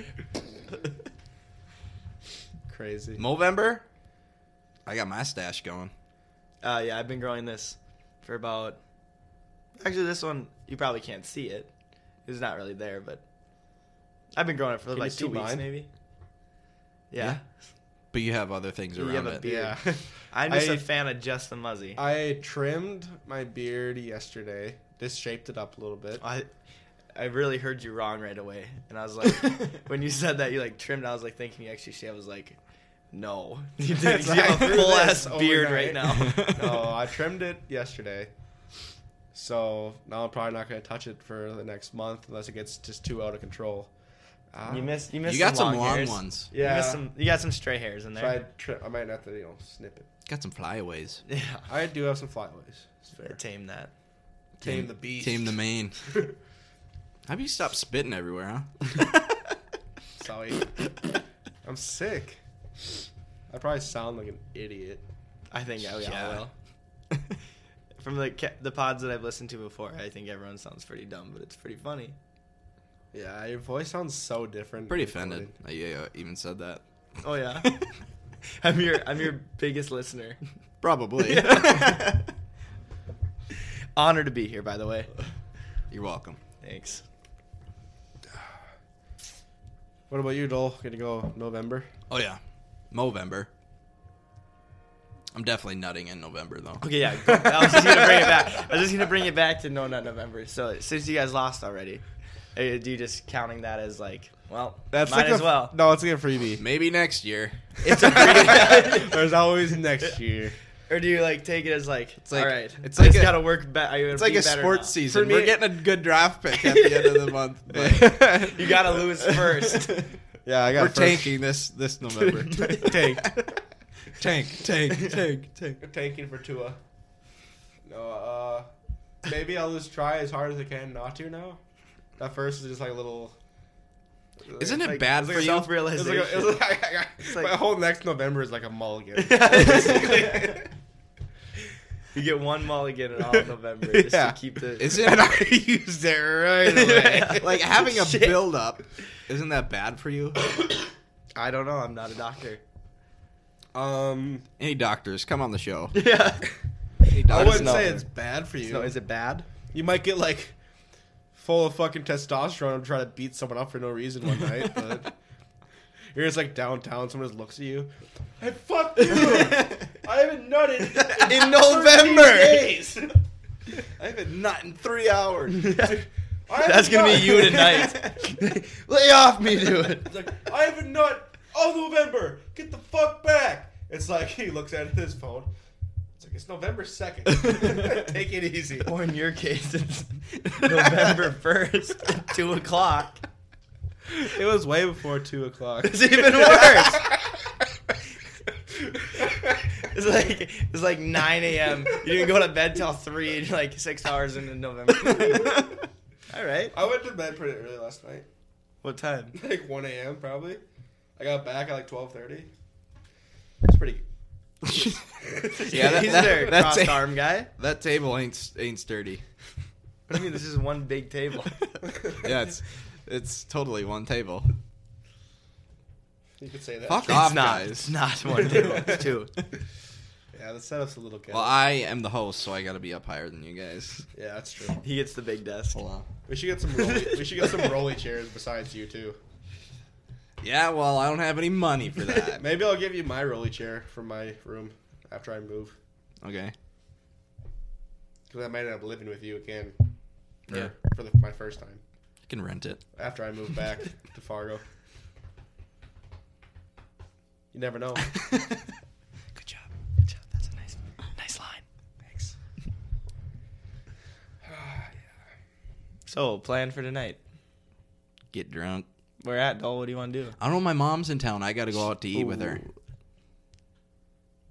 B: Crazy.
A: Movember. I got my stash going.
C: Uh, yeah, I've been growing this for about. Actually, this one you probably can't see it. It's not really there, but I've been growing it for
B: you
C: like
B: see
C: two weeks,
B: mine?
C: maybe. Yeah,
A: But you have other things
C: You
A: around
C: have a
A: it.
C: beard.
B: Yeah.
C: I'm just a
B: I-
C: fan of just the muzzy.
B: I trimmed my beard yesterday. Just shaped it up a little bit.
C: I I really heard you wrong right away, and I was like, when you said that you like trimmed, I was like thinking you actually shaved. I was like, no, you, did,
B: It's
C: you
B: like,
C: have
B: I
C: a
B: grew
C: full
B: this
C: ass beard right now.
B: overnight. no, I trimmed it yesterday. So now I'm probably not going to touch it for the next month unless it gets just too out of control. Uh,
C: You missed. You missed.
A: you got some
C: long,
A: long
C: hairs.
A: ones.
C: You,
B: Yeah.
C: missed some, you got some stray hairs in
B: so
C: there.
B: I, tri- I might have to, you know, snip it.
A: Got some flyaways.
C: Yeah,
B: I do have some flyaways. It's
C: I
B: fair.
C: tame that.
B: Tame the beast.
A: Tame the main. How do you stop spitting everywhere,
B: Sorry. I'm sick. I probably sound like an idiot.
C: I think I, yeah, I
A: Yeah.
C: will. From the ca- the pods that I've listened to before, I think everyone sounds pretty dumb, but it's pretty funny.
B: Yeah, your voice sounds so different.
A: Pretty
B: recorded.
A: offended. I yeah, even said that.
C: Oh yeah, I'm your I'm your biggest listener.
A: Probably.
C: Honor to be here, by the way.
A: You're welcome.
C: Thanks.
B: What about you, Dole? Gonna go November?
A: Oh yeah, Movember. I'm definitely nutting in November though.
C: Okay, yeah. go- I was just gonna bring it back. I was just gonna bring it back to no, not November. So since you guys lost already, eh, do you just counting that as like, well, that's might as well.
B: No, it's like a freebie.
A: Maybe next year.
C: It's a free-
B: There's always next year.
C: or do you like take it as like, it's
A: like-
C: all right,
A: it's
C: it's like
A: like
C: I just
A: a-
C: gotta work back.
A: It's like a sports
C: now.
A: season.
B: For me-
A: We're getting a good draft pick at the end of the month. But
C: You gotta lose first.
B: Yeah, I got.
A: we're
B: first.
A: tanking this this November.
B: Tank.
A: tank, tank, tank, tank.
B: We're tanking for Tua. No, uh, maybe I'll just try as hard as I can not to now. That first is just like a little.
A: Isn't it
C: Like,
A: bad
C: it's
A: for
C: like a
A: you?
B: It's
C: self-realization.
B: like a, it's like, I- I-
C: like-
B: my whole next November is like a mulligan.
C: Basically. you get one mulligan in all of November just
B: Yeah.
C: to keep the.
A: Is it
B: and I used it right away.
A: like having a
C: Shit.
A: build up? Isn't that bad for you?
C: I don't know. I'm not a doctor.
B: Um,
A: Any doctors, come on the show.
C: Yeah.
A: Any
B: I
A: doctors?
B: wouldn't
C: know.
B: say it's bad for you.
C: So is it bad?
B: You might get like full of fucking testosterone and try to beat someone up for no reason one night, but you're just like downtown, someone just looks at you. Hey, fuck you! I haven't nutted
A: In November!
B: days.
A: I haven't not in three hours.
C: That's gonna be you tonight. Lay off me, dude.
B: It's like, I haven't nut all November. Get the fuck back. It's like he looks at his phone. It's like it's November second. Take it easy.
C: Or in your case, it's November first at two o'clock.
B: It was way before two o'clock.
C: It's even worse. It's like it's like 9 a.m. You didn't go to bed till three. And you're like six hours into November. All right.
B: I went to bed pretty early last night,
C: What time?
B: like one a.m. probably. I got back at like twelve thirty. It's pretty.
A: Yeah, that-
C: he's
A: that-
C: their
A: that's
C: crossed
A: a-
C: arm guy.
A: that table ain't ain't sturdy.
C: What do you mean? This is one big table.
A: Yeah, it's it's totally one table.
B: You could say that.
A: Fuck
B: Sure.
A: off,
C: it's not.
A: guys.
C: It's not one table. It's two.
B: Yeah, the setup's a little good.
A: Well, I am the host, so I got to be up higher than you guys.
B: yeah, that's true.
C: He gets the big desk.
B: We should get some. Rolly, we should get some rolly chairs besides you too.
A: Yeah, well, I don't have any money for that.
B: Maybe I'll give you my rolly chair for my room after I move.
A: okay.
B: Because I might end up living with you again. For,
A: Yeah.
B: For the, my first time.
A: You can rent it.
B: After I move back to Fargo. You never know.
C: Good job. Good job. That's a nice, nice line. Thanks. So, plan for tonight.
A: Get drunk.
C: We're at Dole. What do you want to do?
A: I don't know. My mom's in town. I got to go out to eat with her.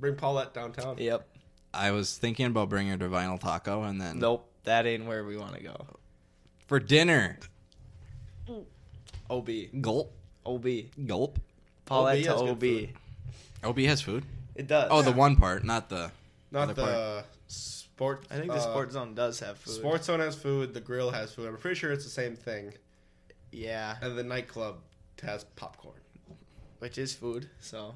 B: Bring Paulette downtown.
C: Yep.
A: I was thinking about bringing her to Vinyl Taco, and then
C: Nope. That ain't where we want to go.
A: for dinner,
C: OB.
A: gulp,
C: OB.
A: gulp.
C: Paulette
B: OB
C: to
B: has good
C: OB.
B: food.
A: OB has food.
C: It does.
A: Oh, the one part, not the.
B: Not
A: Other
B: the sport.
C: I think the
B: uh,
C: sports zone does have food.
B: Sports zone has food. The grill has food. I'm pretty sure it's the same thing.
C: Yeah,
B: And the nightclub has popcorn.
C: which is food. So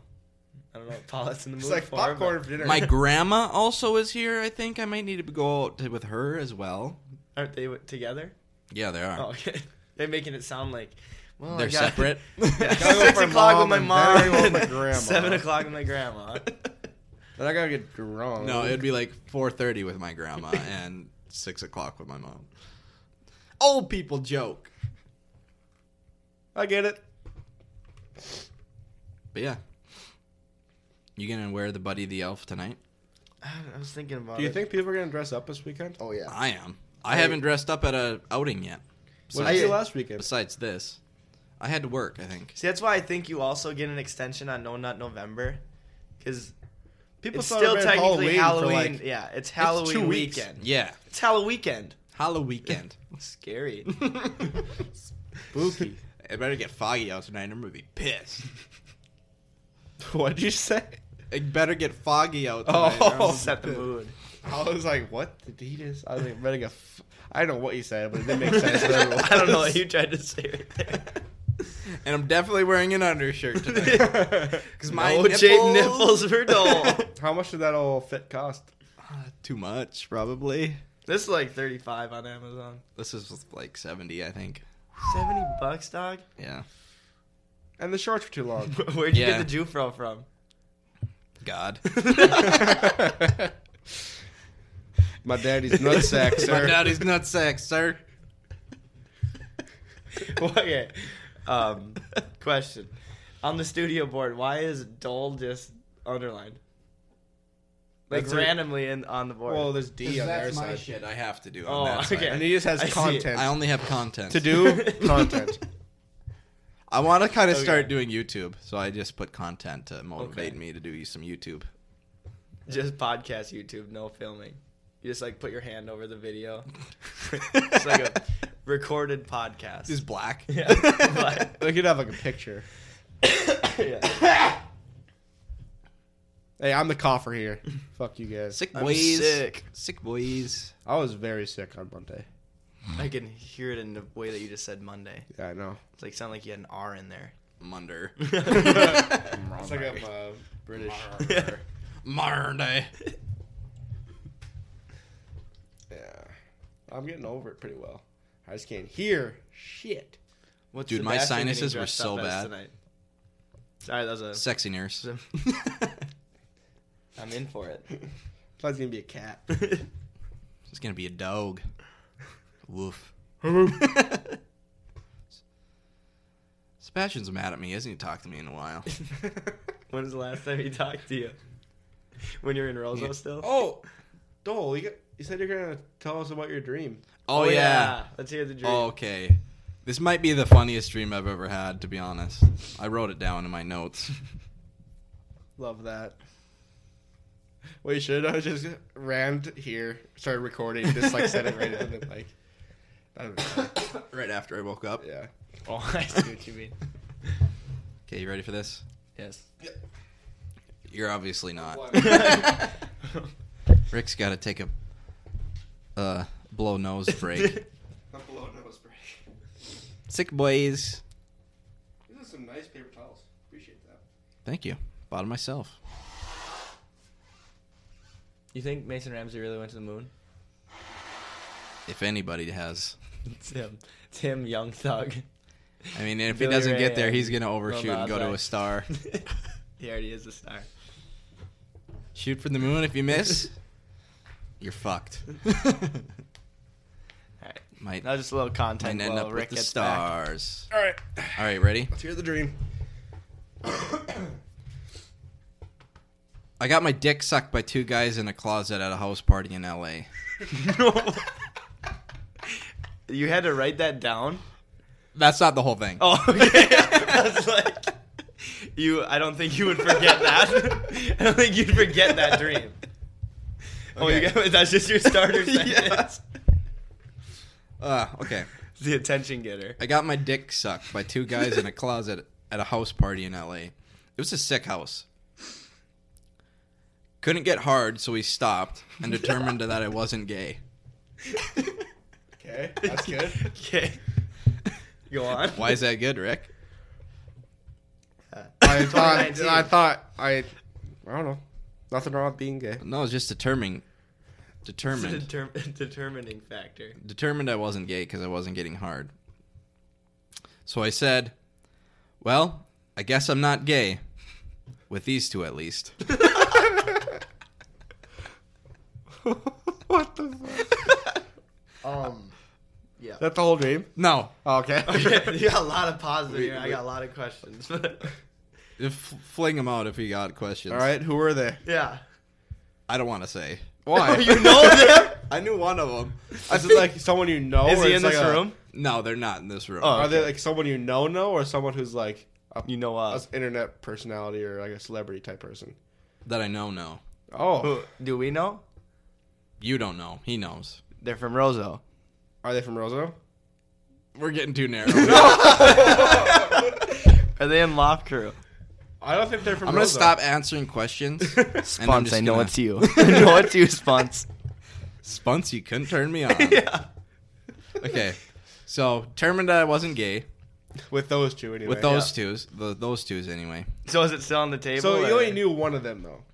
C: I don't know. If Paulette's in the mood
B: It's like
C: for
B: popcorn
C: It,
B: for dinner.
A: My grandma also is here. I think I might need to go out to, with her as well.
C: but aren't they w- together?
A: Yeah, they are.
C: Oh, okay. They're making it sound like well, Oh, I
A: They're
C: gotta-
A: separate.
C: Yeah,
B: Gotta go
C: Six
B: for
C: o'clock with
B: mom
C: my
B: and then I
C: mom.
B: go with
C: and
B: my grandma.
C: Seven o'clock with my grandma.
B: Then I gotta get drunk.
A: No, it'd be like 4:30 with my grandma and six o'clock with my mom. Old people joke,
B: I get it.
A: but yeah. You gonna wear the Buddy the Elf tonight?
C: I don't know, I was thinking about.
B: Do you
C: it.
B: think people are gonna dress up this weekend?
C: Oh yeah.
A: I am. I haven't dressed up at a outing yet.
B: What
A: Besides,
B: did you do
C: I-
B: last weekend?
A: besides this, I had to work. I think.
C: See, that's why I think you also get an extension on No Nut November, because
B: People
C: it's still
B: celebrate
C: technically
B: for,
C: Halloween.
B: like,
C: yeah, it's Halloween
B: two weeks.
C: weekend.
A: Yeah,
C: It's Halloween weekend.
A: Halloween weekend.
C: Scary.
B: Spooky.
A: it better get foggy out tonight. I'm gonna be pissed.
B: What'd you say?
A: It better get foggy out
B: Oh.
A: tonight. or I'm-
C: Set the mood.
B: I was like, what? The deed is? I was like, better get. F- I don't know what you said, but it didn't make sense. for everyone.
C: I don't know what you tried to say right there.
A: and I'm definitely wearing an undershirt tonight. Cause my
C: no
A: nipples,
C: jade nipples for Dole.
B: How much did that old fit cost?
A: Ah, too much probably.
C: this is like 35 on Amazon.
A: This is like 70, I think.
C: 70 bucks, dog?
A: Yeah,
B: And the shorts were too long.
C: Where'd you
A: Yeah.
C: get the Jufro from?
A: God.
B: My daddy's nutsack, sir.
A: My daddy's nutsack, sir.
C: okay. Um, question. On the studio board, why is Dole just underlined? Like
B: That's a-
C: randomly in on the board.
B: well, there's D on the other
A: That's my
B: side,
A: shit. I have to do.
C: Oh,
A: On that side.
C: okay.
B: and he just has
C: I see.
B: content
A: I only have content
B: to do. Content.
A: I want to kind of
C: Okay.
A: start doing YouTube, so I just put content to motivate
C: Okay.
A: me to do some YouTube.
C: just podcast YouTube, no filming. You just like put your hand over the video. it's like a recorded podcast.
A: He's black.
C: yeah. But-
B: We could have like a picture.
C: yeah.
B: Hey, I'm the coffer here. Fuck you guys.
A: Sick
C: I'm
A: boys.
C: sick.
A: Sick boys.
B: I was very sick on Monday.
C: I can hear it in the way that you just said Monday.
B: Yeah, I know.
C: It's like sound like you had an R in there.
A: Munder.
B: It's like I'm uh, British.
C: Yeah.
A: Monday.
B: Yeah. I'm getting over it pretty well. I just can't hear shit.
C: What's
A: Dude, my
C: Sebastian getting
A: sinuses were
C: dressed
A: so
C: up as
A: bad.
C: Tonight? Sorry, that was
A: Sexy nurse.
C: a. I'm in for it.
B: Thought it's gonna be a cat.
A: It's gonna be a dog. Woof. Sebastian's mad at me. He hasn't even talked to me in a while.
C: When's the last time he talked to you? When you're in Roseau
A: Yeah.
C: still?
B: oh, Dole, you, got, you said you're gonna tell us about your dream.
A: Oh, yeah.
C: Let's hear the dream.
A: Oh, okay. This might be the funniest dream I've ever had, to be honest. I wrote it down in my notes.
B: Love that. Well, you should. I just ran to here, started recording, just like said it right in the like. I don't know.
A: right after I woke up.
B: Yeah.
C: Oh, I see what you mean.
A: Okay, you ready for this?
C: Yes.
A: You're obviously not.
C: Blow
A: Rick's got to take a uh, blow nose break.
B: Buffalo nose break.
A: Sick boys.
B: These are some nice paper towels. Appreciate that.
A: Thank you. Bought it myself.
C: You think Mason Ramsey really went to the moon?
A: If anybody has.
C: It's him. It's him, young thug.
A: I mean, if
C: Billy
A: he doesn't
C: Ray
A: get there,
C: and
A: he's going to overshoot and go to a
C: Ronaldo.
A: star.
C: he already is a star.
A: Shoot for the moon. If you miss, you're fucked.
C: Alright.
A: Might,
C: Now just a little
A: might
C: content
A: end
C: while
A: up
C: Rick
A: with the
C: gets back.
A: stars.
B: All right.
A: All right, ready?
B: Let's hear the dream.
A: I got my dick sucked by two guys in a closet at a house party in LA.
C: You had to write that down?
A: That's not the whole thing.
C: Oh, okay. I was like, you. I don't think you would forget that. I don't think you'd forget that dream. Oh, you
A: Okay.
C: got, that's just your starter sentence.
A: Yeah. Uh, okay.
C: It's The attention getter.
A: I got my dick sucked by two guys in a closet at a house party in LA. It was a sick house. Couldn't get hard, so we stopped and determined that I wasn't gay.
B: Okay, that's good.
C: Okay. Go on.
A: Why is that good, Rick?
B: I thought.
C: 2019.
B: I thought. I. I don't know. Nothing wrong with being gay.
A: No, it's just determining.
C: It's a
A: Determined.
C: determ- determining factor.
A: determined I wasn't gay because I wasn't getting hard. So I said, Well, I guess I'm not gay. With these two, at least.
B: what the fuck?
C: Um. Yeah.
B: That's the whole dream. Oh,
A: No.
B: Okay.
C: you got a lot of positive here. I got a lot of questions.
A: F- fling him out if he got questions.
B: All right. Who were they?
C: yeah.
A: I don't want to say.
B: Why?
C: You know them?
A: I knew one of them.
B: Is it like someone you know?
C: Is
B: or
C: he
B: it's
C: in
B: like
C: this
B: a-
C: room?
A: No, they're not in this room.
C: Oh.
B: Are they
C: Okay.
B: like someone you know know or someone who's like a,
C: You know
B: a
A: Oh.
C: uh,
B: s- internet personality or like a celebrity type person?
A: That I know, no.
B: Oh,
C: who, do we know?
A: You don't know. He knows.
C: They're from Roseau.
B: are they from Roseau?
A: We're getting too narrow.
C: Are they in Loft Crew?
B: I don't think they're from.
A: I'm
B: Roseau.
A: gonna stop answering questions. and I'm
C: Spunts,
A: just
C: I know
A: gonna-
C: it's you. I know it's you, Spunts.
A: Spunts, you couldn't turn me on.
C: yeah.
A: Okay, so determined that I wasn't gay
B: with those two anyway.
A: with those twos. The, those twos anyway.
C: So is it still on the table?
B: So you
C: or-
B: only
A: uh,
B: knew one of them though.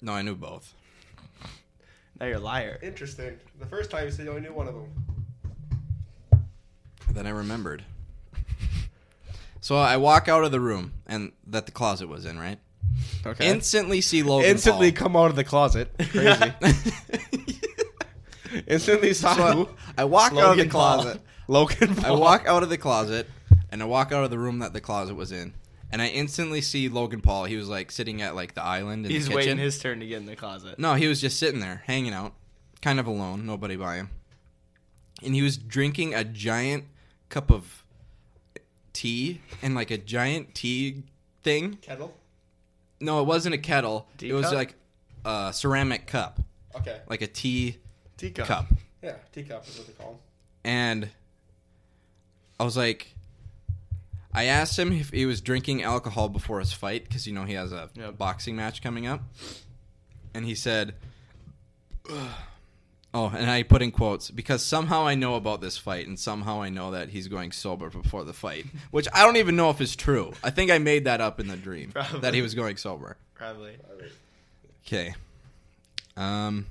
A: No, I knew both.
C: Now you're a liar.
B: Interesting. The first time you said you only knew one of them.
A: Then I remembered. So I walk out of the room and that the closet was in, right?
B: Okay.
A: Instantly see Logan.
B: Instantly
A: Paul.
B: come out of the closet. Crazy. Instantly saw who?
A: so I, I walk out of the
B: Logan Paul.
A: closet.
B: Logan. Paul.
A: I
C: Oh.
A: walk out of the closet and I walk out of the room that the closet was in. And I instantly see Logan Paul. He was like sitting at like the island in
C: He's
A: the kitchen.
C: waiting his turn to get in the closet.
A: no, he was just sitting there, hanging out, kind of alone, nobody by him. And he was drinking a giant cup of tea and like a giant tea thing.
B: kettle.
A: No, it wasn't a kettle.
C: Tea
A: it was
C: cup?
A: like a ceramic cup,
B: Okay.
A: like a tea
C: Teacup.
A: cup.
B: Yeah, teacup is what they call 'em.
A: and I was like, I asked him if he was drinking alcohol before his fight because you know he has a
C: Yep.
A: boxing match coming up, and he said, Oh, and I put in quotes because somehow I know about this fight, and somehow I know that he's going sober before the fight, which I don't even know if is true. I think I made that up in the dream
C: Probably.
A: that he was going sober.
C: Probably.
A: Okay. Um.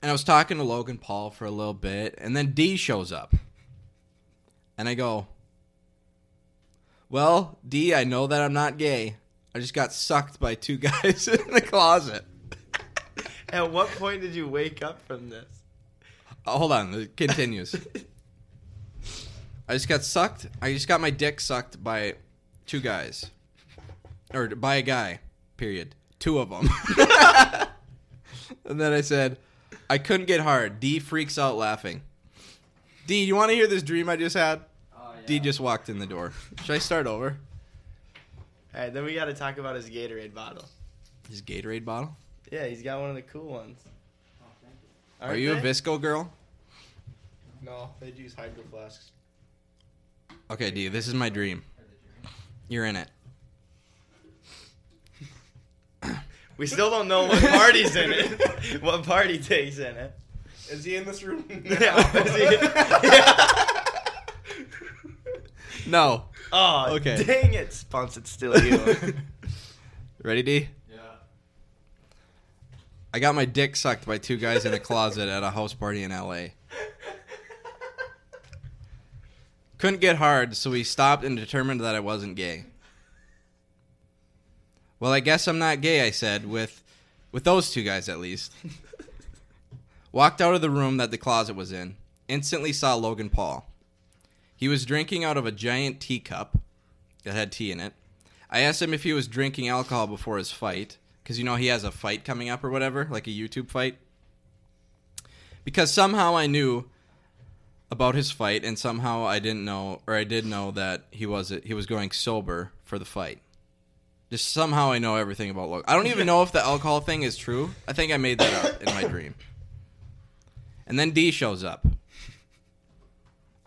A: And I was talking to Logan Paul for a little bit, and then D shows up. And I go, Well, D, I know that I'm not gay. I just got sucked by two guys in the closet.
C: At what point did you wake up from this?
A: Oh, hold on, it continues. I just got sucked. I just got my dick sucked by two guys, or by a guy. Period. Two of them. and then I said, I couldn't get hard. D freaks out laughing. D, you want to hear this dream I just had? D just walked in the door. Should I start over?
C: All right, then we got to talk about his Gatorade bottle.
A: His Gatorade bottle.
C: Yeah, he's got one of the cool ones.
A: Are you a Visco girl?
B: No, they use hydro flasks.
A: Okay, D, this is my dream. You're in it.
C: We still don't know what party's in it. What party takes in it?
B: Is he in this room?
C: Yeah, is he-
A: No.
C: Oh,
A: Okay.
C: dang it, Spunce, it's still you.
A: Ready, D?
E: Yeah.
A: I got my dick sucked by two guys in a closet at a house party in LA. Couldn't get hard, so we stopped and determined that I wasn't gay. Well, I guess I'm not gay, I said, with with those two guys at least. Walked out of the room that the closet was in. Instantly saw Logan Paul. He was drinking out of a giant teacup that had tea in it. I asked him if he was drinking alcohol before his fight, because you know he has a fight coming up or whatever, like a YouTube fight. Because somehow I knew about his fight, and somehow I didn't know, or I did know that he was he was going sober for the fight. Just somehow I know everything about Logan. I don't even know if the alcohol thing is true. I think I made that up in my dream. And then D shows up.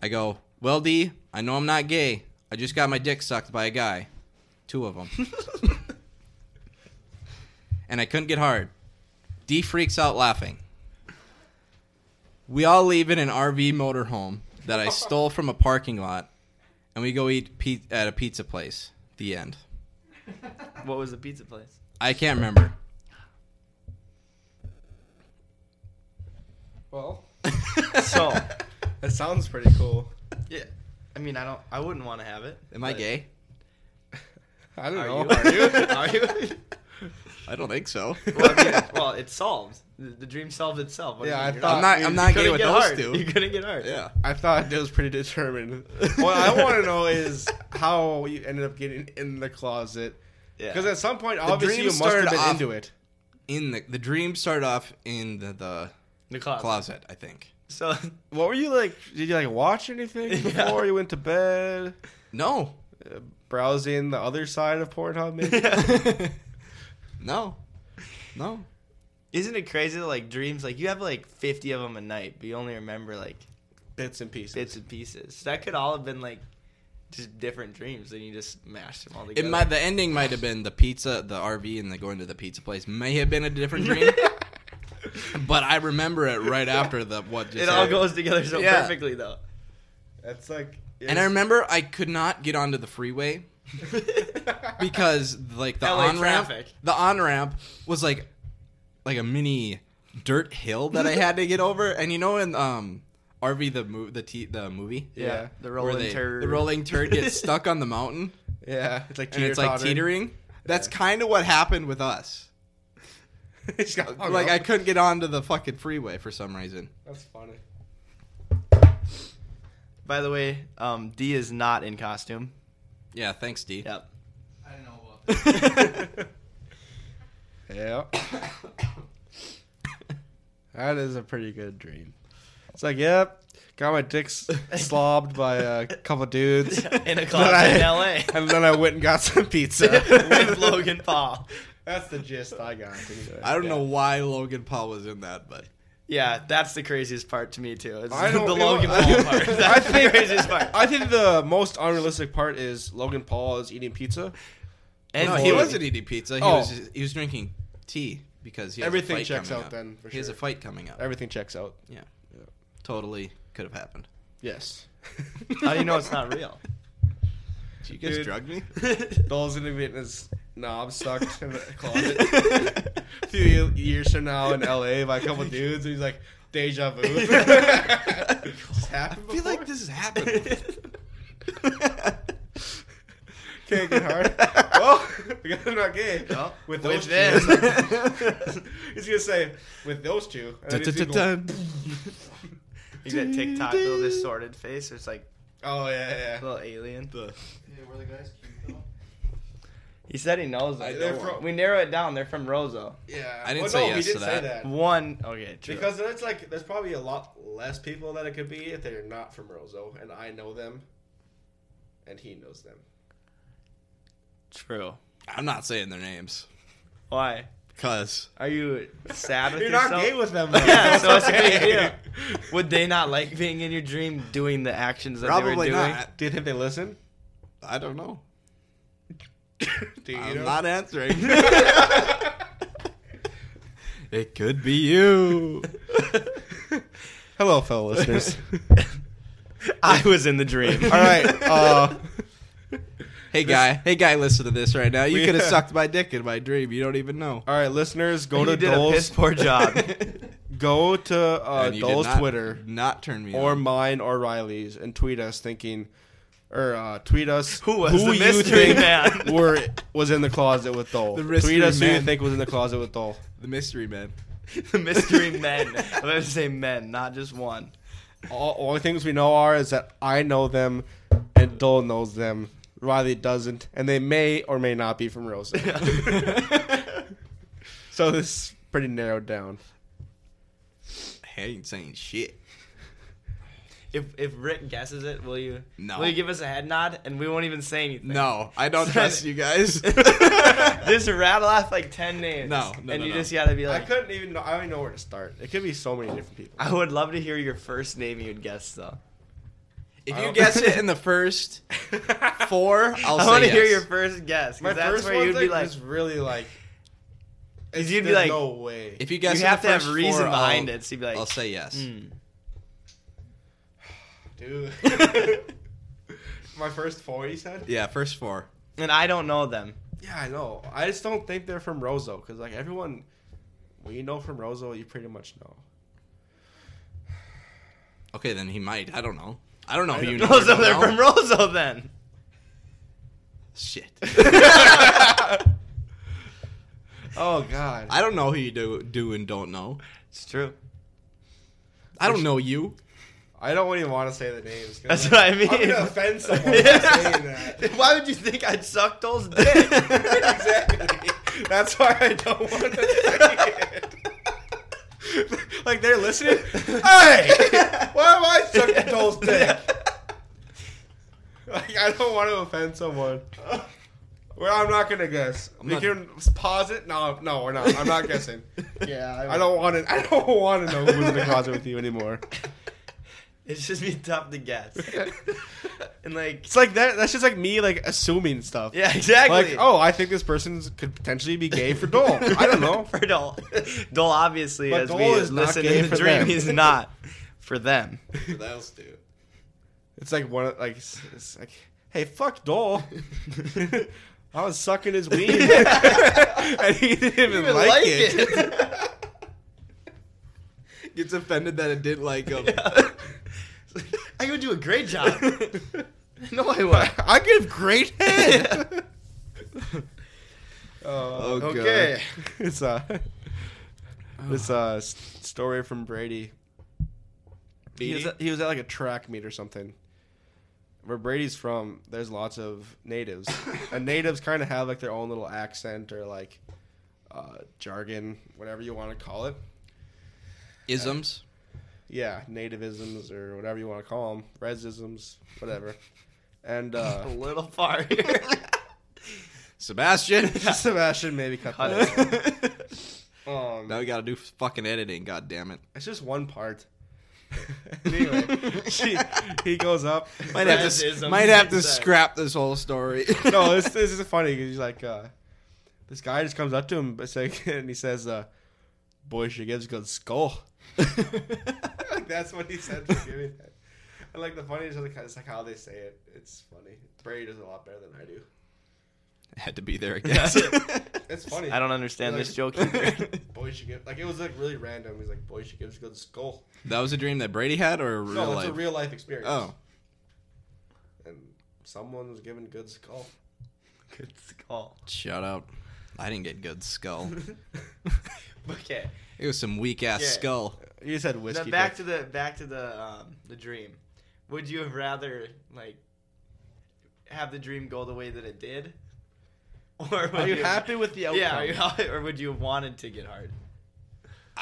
A: I go, Well, D, I know I'm not gay. I just got my dick sucked by a guy. Two of them. and I couldn't get hard. D freaks out laughing. We all leave in an RV motorhome that I stole from a parking lot, and we go eat pe- at a pizza place. The end.
C: what was the pizza place?
A: I can't remember.
B: Well,
C: So,
B: that sounds pretty cool.
C: yeah, I mean, I don't, I wouldn't want to have it.
A: Am I
C: but-
A: gay?
B: I don't
C: Are
B: know.
C: you?
B: Are
A: Oh.
B: you? Are you?
A: I don't think so.
C: Well, I mean, well, it solved. The, the dream solved itself. What do you
B: Yeah,
C: mean
B: I
C: you're
B: thought-
A: I'm not.
B: You
A: I'm not gay
C: couldn't
A: with
C: get
A: those
C: hard. You
A: two.
C: couldn't get hard.
A: Yeah.
B: I thought it was pretty determined. What I want to know is how you ended up getting in the closet.
C: yeah.
B: Because at some point, obviously,
A: dream
B: you must have
A: started
B: been
A: off-
B: into it.
A: In the the dream started off in the, the
C: the closet.
A: closet, I think.
C: So,
B: What were you like? Did you like watch anything
C: Yeah.
B: before you went to bed?
A: No.
B: Uh, browsing the other side of Pornhub, maybe.
A: no. No.
C: isn't it crazy? that, Like dreams, like you have like 50 of them a night, but you only remember like
B: Bits and pieces.
C: bits and pieces. That could all have been like just different dreams, and you just mashed them all
A: It
C: together.
A: might the ending might have been the pizza, the RV and the going to the pizza place may have been a different dream. but I remember it right after the what just
C: it all
A: happened.
C: goes together so
A: Yeah.
C: perfectly, though.
B: That's like.
A: And I remember I could not get onto the freeway because like the
C: LA
A: on ramp
C: traffic.
A: the on ramp was like like a mini dirt hill that I had to get over and you know in um RV the mo- the t- the movie
C: Yeah,
B: Yeah.
C: the
A: Where
C: rolling
A: they-
C: turd.
A: the rolling turd gets stuck on the mountain
B: yeah, it's like
A: and it's like
B: teeter-tottering.
A: teetering. That's kind of what happened with us.
B: It's got hung
A: like
B: up.
A: I couldn't get onto the fucking freeway for some reason.
B: That's funny.
C: By the way, um, D is not in costume.
A: Yeah, thanks, D.
C: Yep.
E: I don't know about that.
B: Yeah. that is a pretty good dream. It's like, yep, got my dick s- slobbed by a couple dudes.
C: in a
B: Then I-
C: closet in L.A.
B: And then I went and got some pizza.
C: with Logan Paul.
B: That's the gist I got. anyway.
A: I don't
B: Yeah.
A: know why Logan Paul was in that, but
C: Yeah, that's the craziest part to me too. It's
B: I don't
C: the
B: know.
C: Logan Paul part. That's
B: I think-
C: the craziest part.
B: I think the most unrealistic part is Logan Paul is eating pizza.
C: And
A: no, he wasn't eating pizza. He
B: Oh.
A: was he was drinking tea. because he has
B: Everything
A: a fight
B: checks
A: coming
B: out
A: up.
B: then, for
A: he has a
B: sure.
A: fight coming up.
B: Everything checks out.
A: yeah.
B: Yeah.
A: totally could have happened.
B: Yes.
C: How do Oh, you know it's not real?
A: Did you guys
B: Dude.
A: drug me?
B: Dolls in his knob sucked in a closet. a few ye- years from now in LA by a couple dudes, and he's like, deja vu. Just happened
A: I feel like
B: before.
A: this has happened.
B: Can't get hard. well, because I'm not gay.
C: Well,
B: with
C: with
B: those
C: them.
B: two. he's gonna say with those two. And then he's gonna go,
A: Dun-dun-dun-dun.
C: You got TikTok, little distorted face. It's like
B: Oh yeah,
C: a
B: yeah,
C: little alien.
E: Yeah, where the guys cute though.
C: He said he knows
B: I
C: them.
B: don't want-
C: we narrow it down. They're from Roseau.
B: yeah. yeah.
A: I didn't
B: Well,
A: say
B: no,
A: yes
B: he
A: to
B: did say
A: that.
B: that.
C: One. Okay, true.
B: Because there's like there's probably a lot less people that it could be if they're not from Roseau, and I know them, and he knows them.
C: true.
A: I'm not saying their names.
C: Why?
A: Cause
C: Are you sad with
B: You're
C: yourself?
B: not gay with them.
C: Yeah, so it's a big deal. Would they not like being in your dream doing the actions that they were
A: probably
C: doing?
A: not.
B: Do you think they listen?
A: I don't know.
B: Do you
A: I'm
B: know?
A: not answering. it could be you.
B: Hello, fellow listeners.
C: I was in the dream.
B: All right, uh,
A: Hey guy, hey guy, listen to this right now. You
B: We-
A: could have sucked my dick in my dream. You don't even know.
B: all right, listeners, go
C: You
B: to
C: did a piss
B: Dole's,
C: poor job.
B: go to uh,
A: And you did
B: Dole's
A: not-
B: Twitter
A: Not turn me
B: or
A: on.
B: mine or Riley's and tweet us thinking, or uh, tweet us
C: Who was the mystery man?
B: were was in the closet with Dole.
A: The mystery
B: tweet us who you
A: man.
B: think was in the closet with Dole.
A: the mystery man.
C: the mystery men. I'm going to say men, not just one.
B: All only things we know are is that I know them and Dole knows them. Riley doesn't, and they may or may not be from Rosa. so this is pretty narrowed down.
A: I ain't saying shit.
C: If if Rick guesses it, will you?
A: No.
C: Will you give us a head nod and we won't even say anything?
A: No, I don't
C: Said
A: trust
C: it.
A: you guys.
C: Just rattle off like ten names.
A: No, no,
C: and
A: no,
C: you
A: no.
C: just gotta be
B: I
C: like. I,
B: couldn't even. Know, I don't even know where to start. It could be so many different people.
C: would love to hear your first name you'd guess though.
A: if
B: I
A: you
B: don't-
A: guess it in the first four, I'll
C: I
A: say
C: want to hear
A: yes.
C: your first guess. 'cause
B: My
C: that's
B: first
C: where
B: one
C: you'd
B: thing
C: be like,
B: was really like.
C: Because you'd be like,
B: there's no way.
A: If you guess,
C: you
A: in
C: have
A: the
C: to have
A: first
C: reason
A: four,
C: behind
A: I'll,
C: it. So you'd be like,
A: I'll say yes.
C: "Hmm."
B: Dude. Mm. My first four, you said?
A: Yeah, first four.
C: and I don't know them.
B: Yeah, I know. I just don't think they're from Roseau because like everyone, when you know from Roseau, you pretty much know.
A: Okay, then he might. I don't know. I don't know who you know.
C: Roseau,
A: I
C: they're
A: don't
C: from
A: know.
C: Roseau then.
A: Shit.
B: Oh God.
A: I don't know who you do do and don't know.
C: It's true.
A: I don't know you.
B: I don't even want to say the names. 'cause,
C: That's
B: like,
C: what I mean.
B: I'm gonna offend someone by saying that.
C: Why would you think I'd suck Dole's dick?
B: exactly. That's why I don't want to say it. like they're listening. Hey, why am I sucking Dole's dick? Like I don't want to offend someone. Well, I'm not gonna guess. we
A: not-
B: can pause it. No, no, we're not. I'm not guessing.
C: yeah,
B: I don't want to. I don't want to know who's in the closet with you anymore.
C: It's just be tough to guess. and like,
B: It's like that. That's just like me, like assuming stuff.
C: yeah, exactly.
B: Like, oh, I think this person could potentially be gay for Dole. I don't know.
C: for Dole. Dole obviously,
B: But
C: as
B: Dole
C: we
B: is not
C: listen
B: gay
C: in the
B: for
C: dream,
B: them.
C: he's not for them.
A: What else do?
B: It's like one of- like it's, it's like hey fuck Dole. I was sucking his weed and he didn't even,
C: even
B: like,
C: like
B: it.
A: Gets offended that it didn't like him.
C: I would do a great job. no, I won't.
B: I give great head.
A: Oh, God.
B: okay, it's a it's a s- story from Brady. He was,
A: Beatty?
B: at, he was at like a track meet or something. Where Brady's from, there's lots of natives, and natives kind of have like their own little accent or like uh, jargon, whatever you want to call it.
A: Isms.
B: yeah, nativisms or whatever you want to call them, resisms, whatever. And uh,
C: A little far here.
A: Sebastian.
B: Sebastian maybe cut
C: Cut
B: that. out.
A: now
B: um,
A: we gotta do fucking editing. God damn it.
B: it's just one part. anyway, she, he goes up.
A: Might have to
C: Fred-isms,
A: might have to
C: exactly.
A: scrap this whole story.
B: No, this, this is funny because he's like, uh, This guy just comes up to him but say- and he says, uh, "Boy, she gives good skull." like that's what he said for giving that. And like the funniest is like, it's like how they say it. It's funny. Brady does it a lot better than I do.
A: Had to be there, I guess.
B: It's funny.
C: I don't understand
B: Like-
C: this joke either.
B: Boy, she gives like it was like really random. He's like, "Boy, she gives good skull."
A: that was a dream that Brady had, or a real
B: no,
A: life?
B: it's a real life experience.
A: oh,
B: and someone was given good skull.
C: Good skull.
A: shut up! I didn't get good skull.
C: Okay.
A: It was some weak ass
C: Yeah.
A: skull.
B: You said whiskey.
C: Now back to the back to the um, the dream. Would you have rather like have the dream go the way that it did, or would
B: Are you happy with the outcome?
C: Yeah, are you, or would you have wanted to get hard?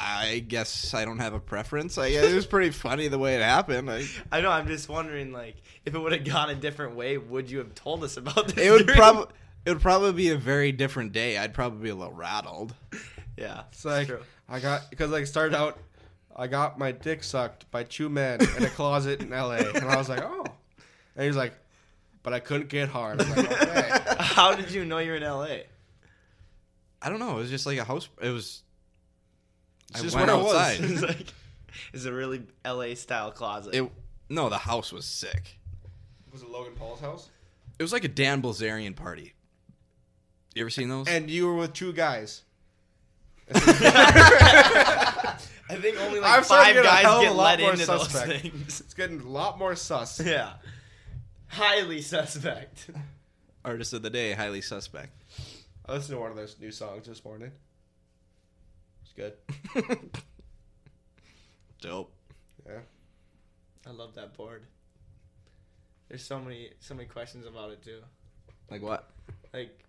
A: I guess I don't have a preference. I guess it was pretty funny the way it happened. I,
C: I know. I'm just wondering, like, if it would have gone a different way, would you have told us about this?
A: it would
C: dream?
A: probably it would probably be a very different day. I'd probably be a little rattled.
C: Yeah,
B: It's like
C: true.
B: I got because like started out, I got my dick sucked by two men in a closet in L.A. and I was like, oh, and he's like, but I couldn't get hard. I'm like, okay.
C: How did you know you're in L.A.?
A: I don't know. It was just like a house. It was.
B: It's
A: I
B: just
A: went
B: what it was.
A: outside.
C: it's like, it's a really L.A. style closet.
A: It no, the house was sick.
B: Was it Logan Paul's house?
A: It was like a Dan Bilzerian party. You ever seen those?
B: And you were with two guys.
C: I think only
B: I'm
C: like
B: starting
C: five
B: to get a hell of
C: guys
B: a
C: get
B: lot
C: let
B: more
C: into
B: suspect.
C: those things.
B: It's getting a lot more sus.
C: Yeah, highly suspect.
A: Artist of the day, highly suspect.
B: I listened to one of those new songs this morning. It's good.
A: Dope.
B: Yeah.
C: I love that board. There's so many so many questions about it too.
A: Like what?
C: Like,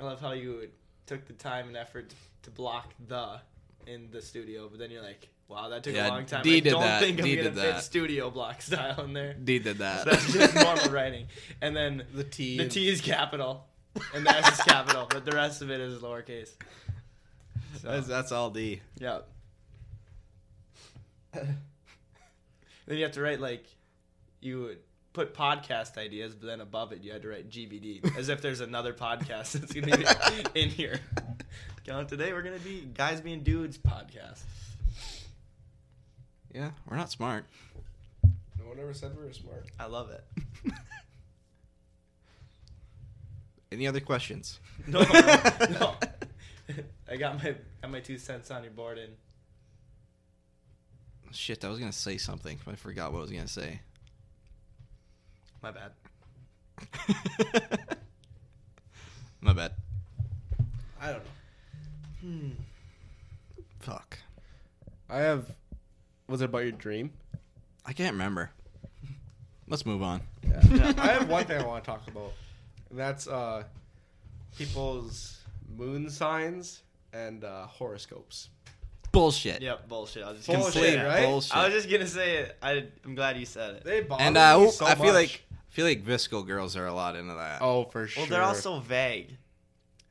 C: I love how you took the time and effort to block the in the studio, but then you're like, wow, that took
A: Yeah,
C: a long time.
A: Dee
C: I
A: did
C: don't
A: that.
C: think I'm
A: Dee
C: gonna
A: did
C: fit
A: that.
C: studio block style in there.
A: D did that.
C: That's just normal writing. And then
B: The T.
C: the
B: and-
C: T is capital and the S is capital, but the rest of it is lowercase.
A: that's, that's all D.
C: Yeah. then you have to write like you would put podcast ideas, but then above it you had to write GBD, as if there's another podcast that's gonna be in here. Count today we're gonna be guys being dudes podcast.
A: Yeah, we're not smart.
B: No one ever said we were smart.
C: I love it.
A: Any other questions?
C: No, no. I got my got my two cents on your board and
A: Shit, I was gonna say something, but I forgot what I was gonna say.
C: my bad.
A: My bad.
B: I don't know.
A: Fuck.
B: I have. Was it about your dream?
A: I can't remember. Let's move on.
B: I have one thing I want to talk about, and that's uh, people's moon signs and uh, horoscopes.
A: Bullshit.
C: Yep, bullshit. I was just gonna
B: Bullshit,
C: say
A: Complete
C: that.
B: right?
A: bullshit.
C: I was just gonna say it. I, I'm glad you said it.
B: They bother
A: and uh,
B: me
A: ooh,
B: so
A: I feel
B: much.
A: like I feel like Viscal girls are a lot into that.
B: oh for sure.
C: Well, they're also vague,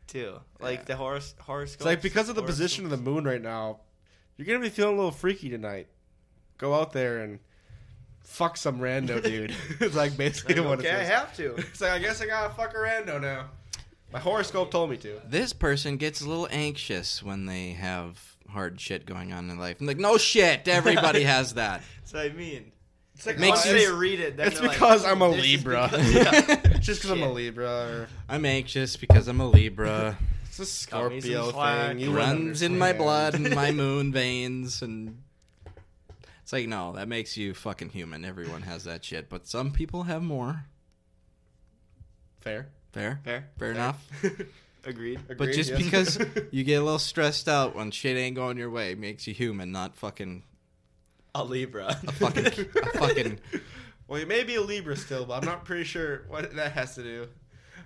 C: too. Like
A: Yeah.
C: the horos- horoscope.
B: it's like because of the position of the moon right now, you're gonna be feeling a little freaky tonight. Go out there and fuck some rando dude. it's like basically what it says.
C: have to.
B: It's like I guess I gotta fuck a rando now. My horoscope told me to.
A: This person gets a little anxious when they have hard shit going on in life. I'm like, no shit, everybody has that.
C: So I mean,
B: It's like
A: Makes
C: makes
A: you-
C: they read it. Then
B: It's
C: they're
B: because
C: like,
B: I'm a
C: "This is
B: Libra."
C: because- yeah.
B: It's just because I'm a Libra or
A: I'm anxious because I'm a Libra.
B: it's a
C: Got me some
B: Scorpio
C: slack.
B: thing. You wouldn't
A: runs in my
B: understand.
A: blood and my moon veins and it's like no, that makes you fucking human. Everyone has that shit, but some people have more.
B: Fair.
A: Fair,
C: Fair.
A: fair enough.
C: Agreed.
A: But
B: Agreed,
A: just
B: yes.
A: because you get a little stressed out when shit ain't going your way makes you human, not fucking
C: A Libra.
A: a fucking a fucking
B: well, you may be a Libra still, but I'm not pretty sure what that has to do.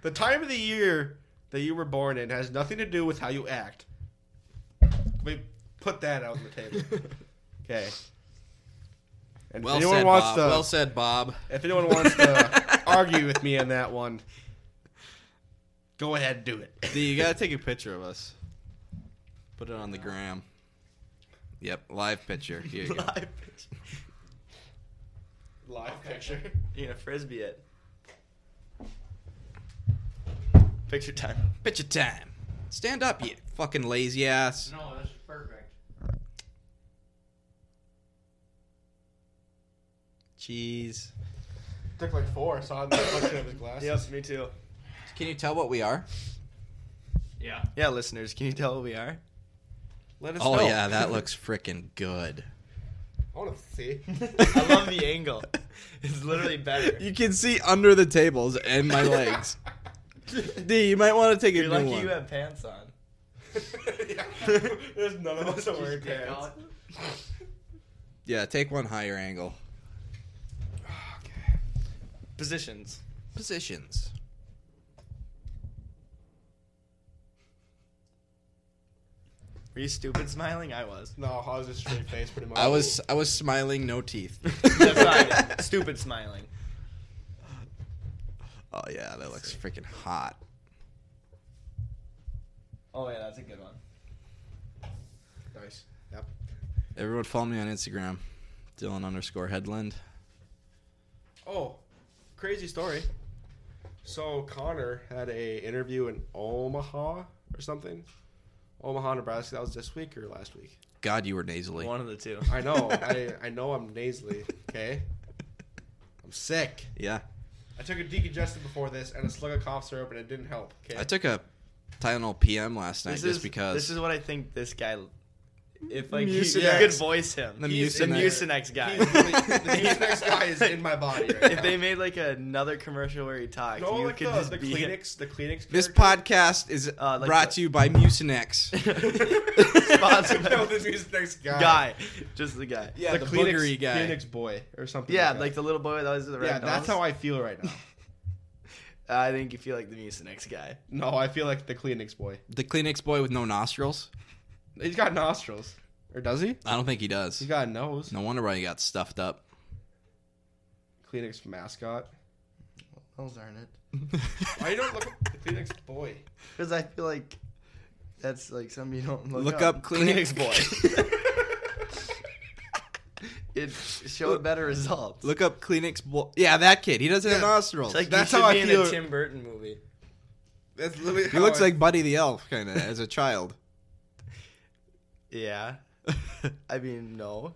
B: The time of the year that you were born in has nothing to do with how you act. We put that out on the table. Okay. And
A: well
B: if anyone
A: said
B: wants
A: Bob.
B: to,
A: Well said Bob.
B: if anyone wants to argue with me on that one, go ahead, and do it.
A: D, you gotta take a picture of us. Put it on the gram. Yep, live picture. Here you go.
C: Live.
B: Live picture.
C: You're gonna frisbee it. Picture time.
A: Picture time. Stand up, you fucking lazy ass.
E: No, this is perfect.
A: Jeez.
B: Took like four. I saw it in the reflection of his glasses.
C: Yes, me too.
A: Can you tell what we are?
E: Yeah.
C: Yeah, listeners, can you tell what we are?
B: Let us
A: Oh
B: know.
A: yeah, that looks freaking good.
B: I want to see.
C: I love the angle. It's literally better.
A: You can see under the tables and my legs. D, you might want to take a
C: You're
A: new
C: lucky
A: one.
C: you have pants on.
B: yeah. There's none of us that wear
E: Just take
B: pants.
E: out-
A: yeah, take one higher angle.
B: Okay.
C: Positions.
A: Positions.
C: Were you stupid smiling? I was.
B: No, I was just straight face pretty much.
A: I was I was smiling, no teeth.
C: That's not it. Stupid smiling.
A: oh yeah, that looks freaking hot.
C: Oh yeah, that's a good one.
B: nice. Yep.
A: Everyone follow me on Instagram, Dylan underscore Headland.
B: Oh, crazy story. So Connor had a interview in Omaha or something. Omaha, Nebraska. That was this week or last week.
A: God, you were nasally.
C: One of the two.
B: I know. I, I know I'm nasally. Okay. I'm sick.
A: Yeah,
B: I took a decongestant before this and a slug of cough syrup and it didn't help. Okay.
A: I took a Tylenol PM last night
C: This
A: just
C: is
A: because.
C: this is what I think this guy. If like you, you
B: Mucinex.
C: could voice him,
A: The
C: He's the
A: Mucinex.
C: Mucinex guy.
B: He's really- the next guy is in my body. Right
C: if
B: now.
C: they made like another commercial where he talks,
B: no,
C: you
B: like
C: could
B: the,
C: just
B: the
C: be it.
B: Kleenex, the Kleenex.
A: This
B: character.
A: podcast is
C: Uh, like
A: brought
C: the-
A: to you by Mucinex.
C: Sponsored.
B: no, this is the next guy.
C: guy, just the guy.
B: Yeah,
A: the
B: the, Kleenex,
A: boogery guy.
B: Kleenex boy or something.
C: Yeah,
B: that.
C: like the little boy that was the red
B: yeah, that's how
C: nose.
B: I feel right now.
C: I think you feel like the Mucinex guy.
B: No, I feel like the Kleenex boy.
A: the Kleenex boy with no nostrils.
B: He's got nostrils, or does he?
A: I don't think he does.
B: He's got a nose.
A: No wonder why he got stuffed up.
B: Kleenex mascot.
C: Those aren't it.
B: Why you don't look up the Kleenex boy?
C: Because I feel like that's like something you don't look,
A: Look up Kleenex
C: it showed better results.
A: Look up Kleenex boy. Yeah, that kid. He doesn't have
B: Yeah.
A: nostrils.
C: it's like
B: that's
C: you should
B: how I
C: be in
B: feel-
C: a Tim Burton movie.
B: That's literally.
A: he looks like Buddy the Elf kind of as a child.
C: Yeah, I mean no.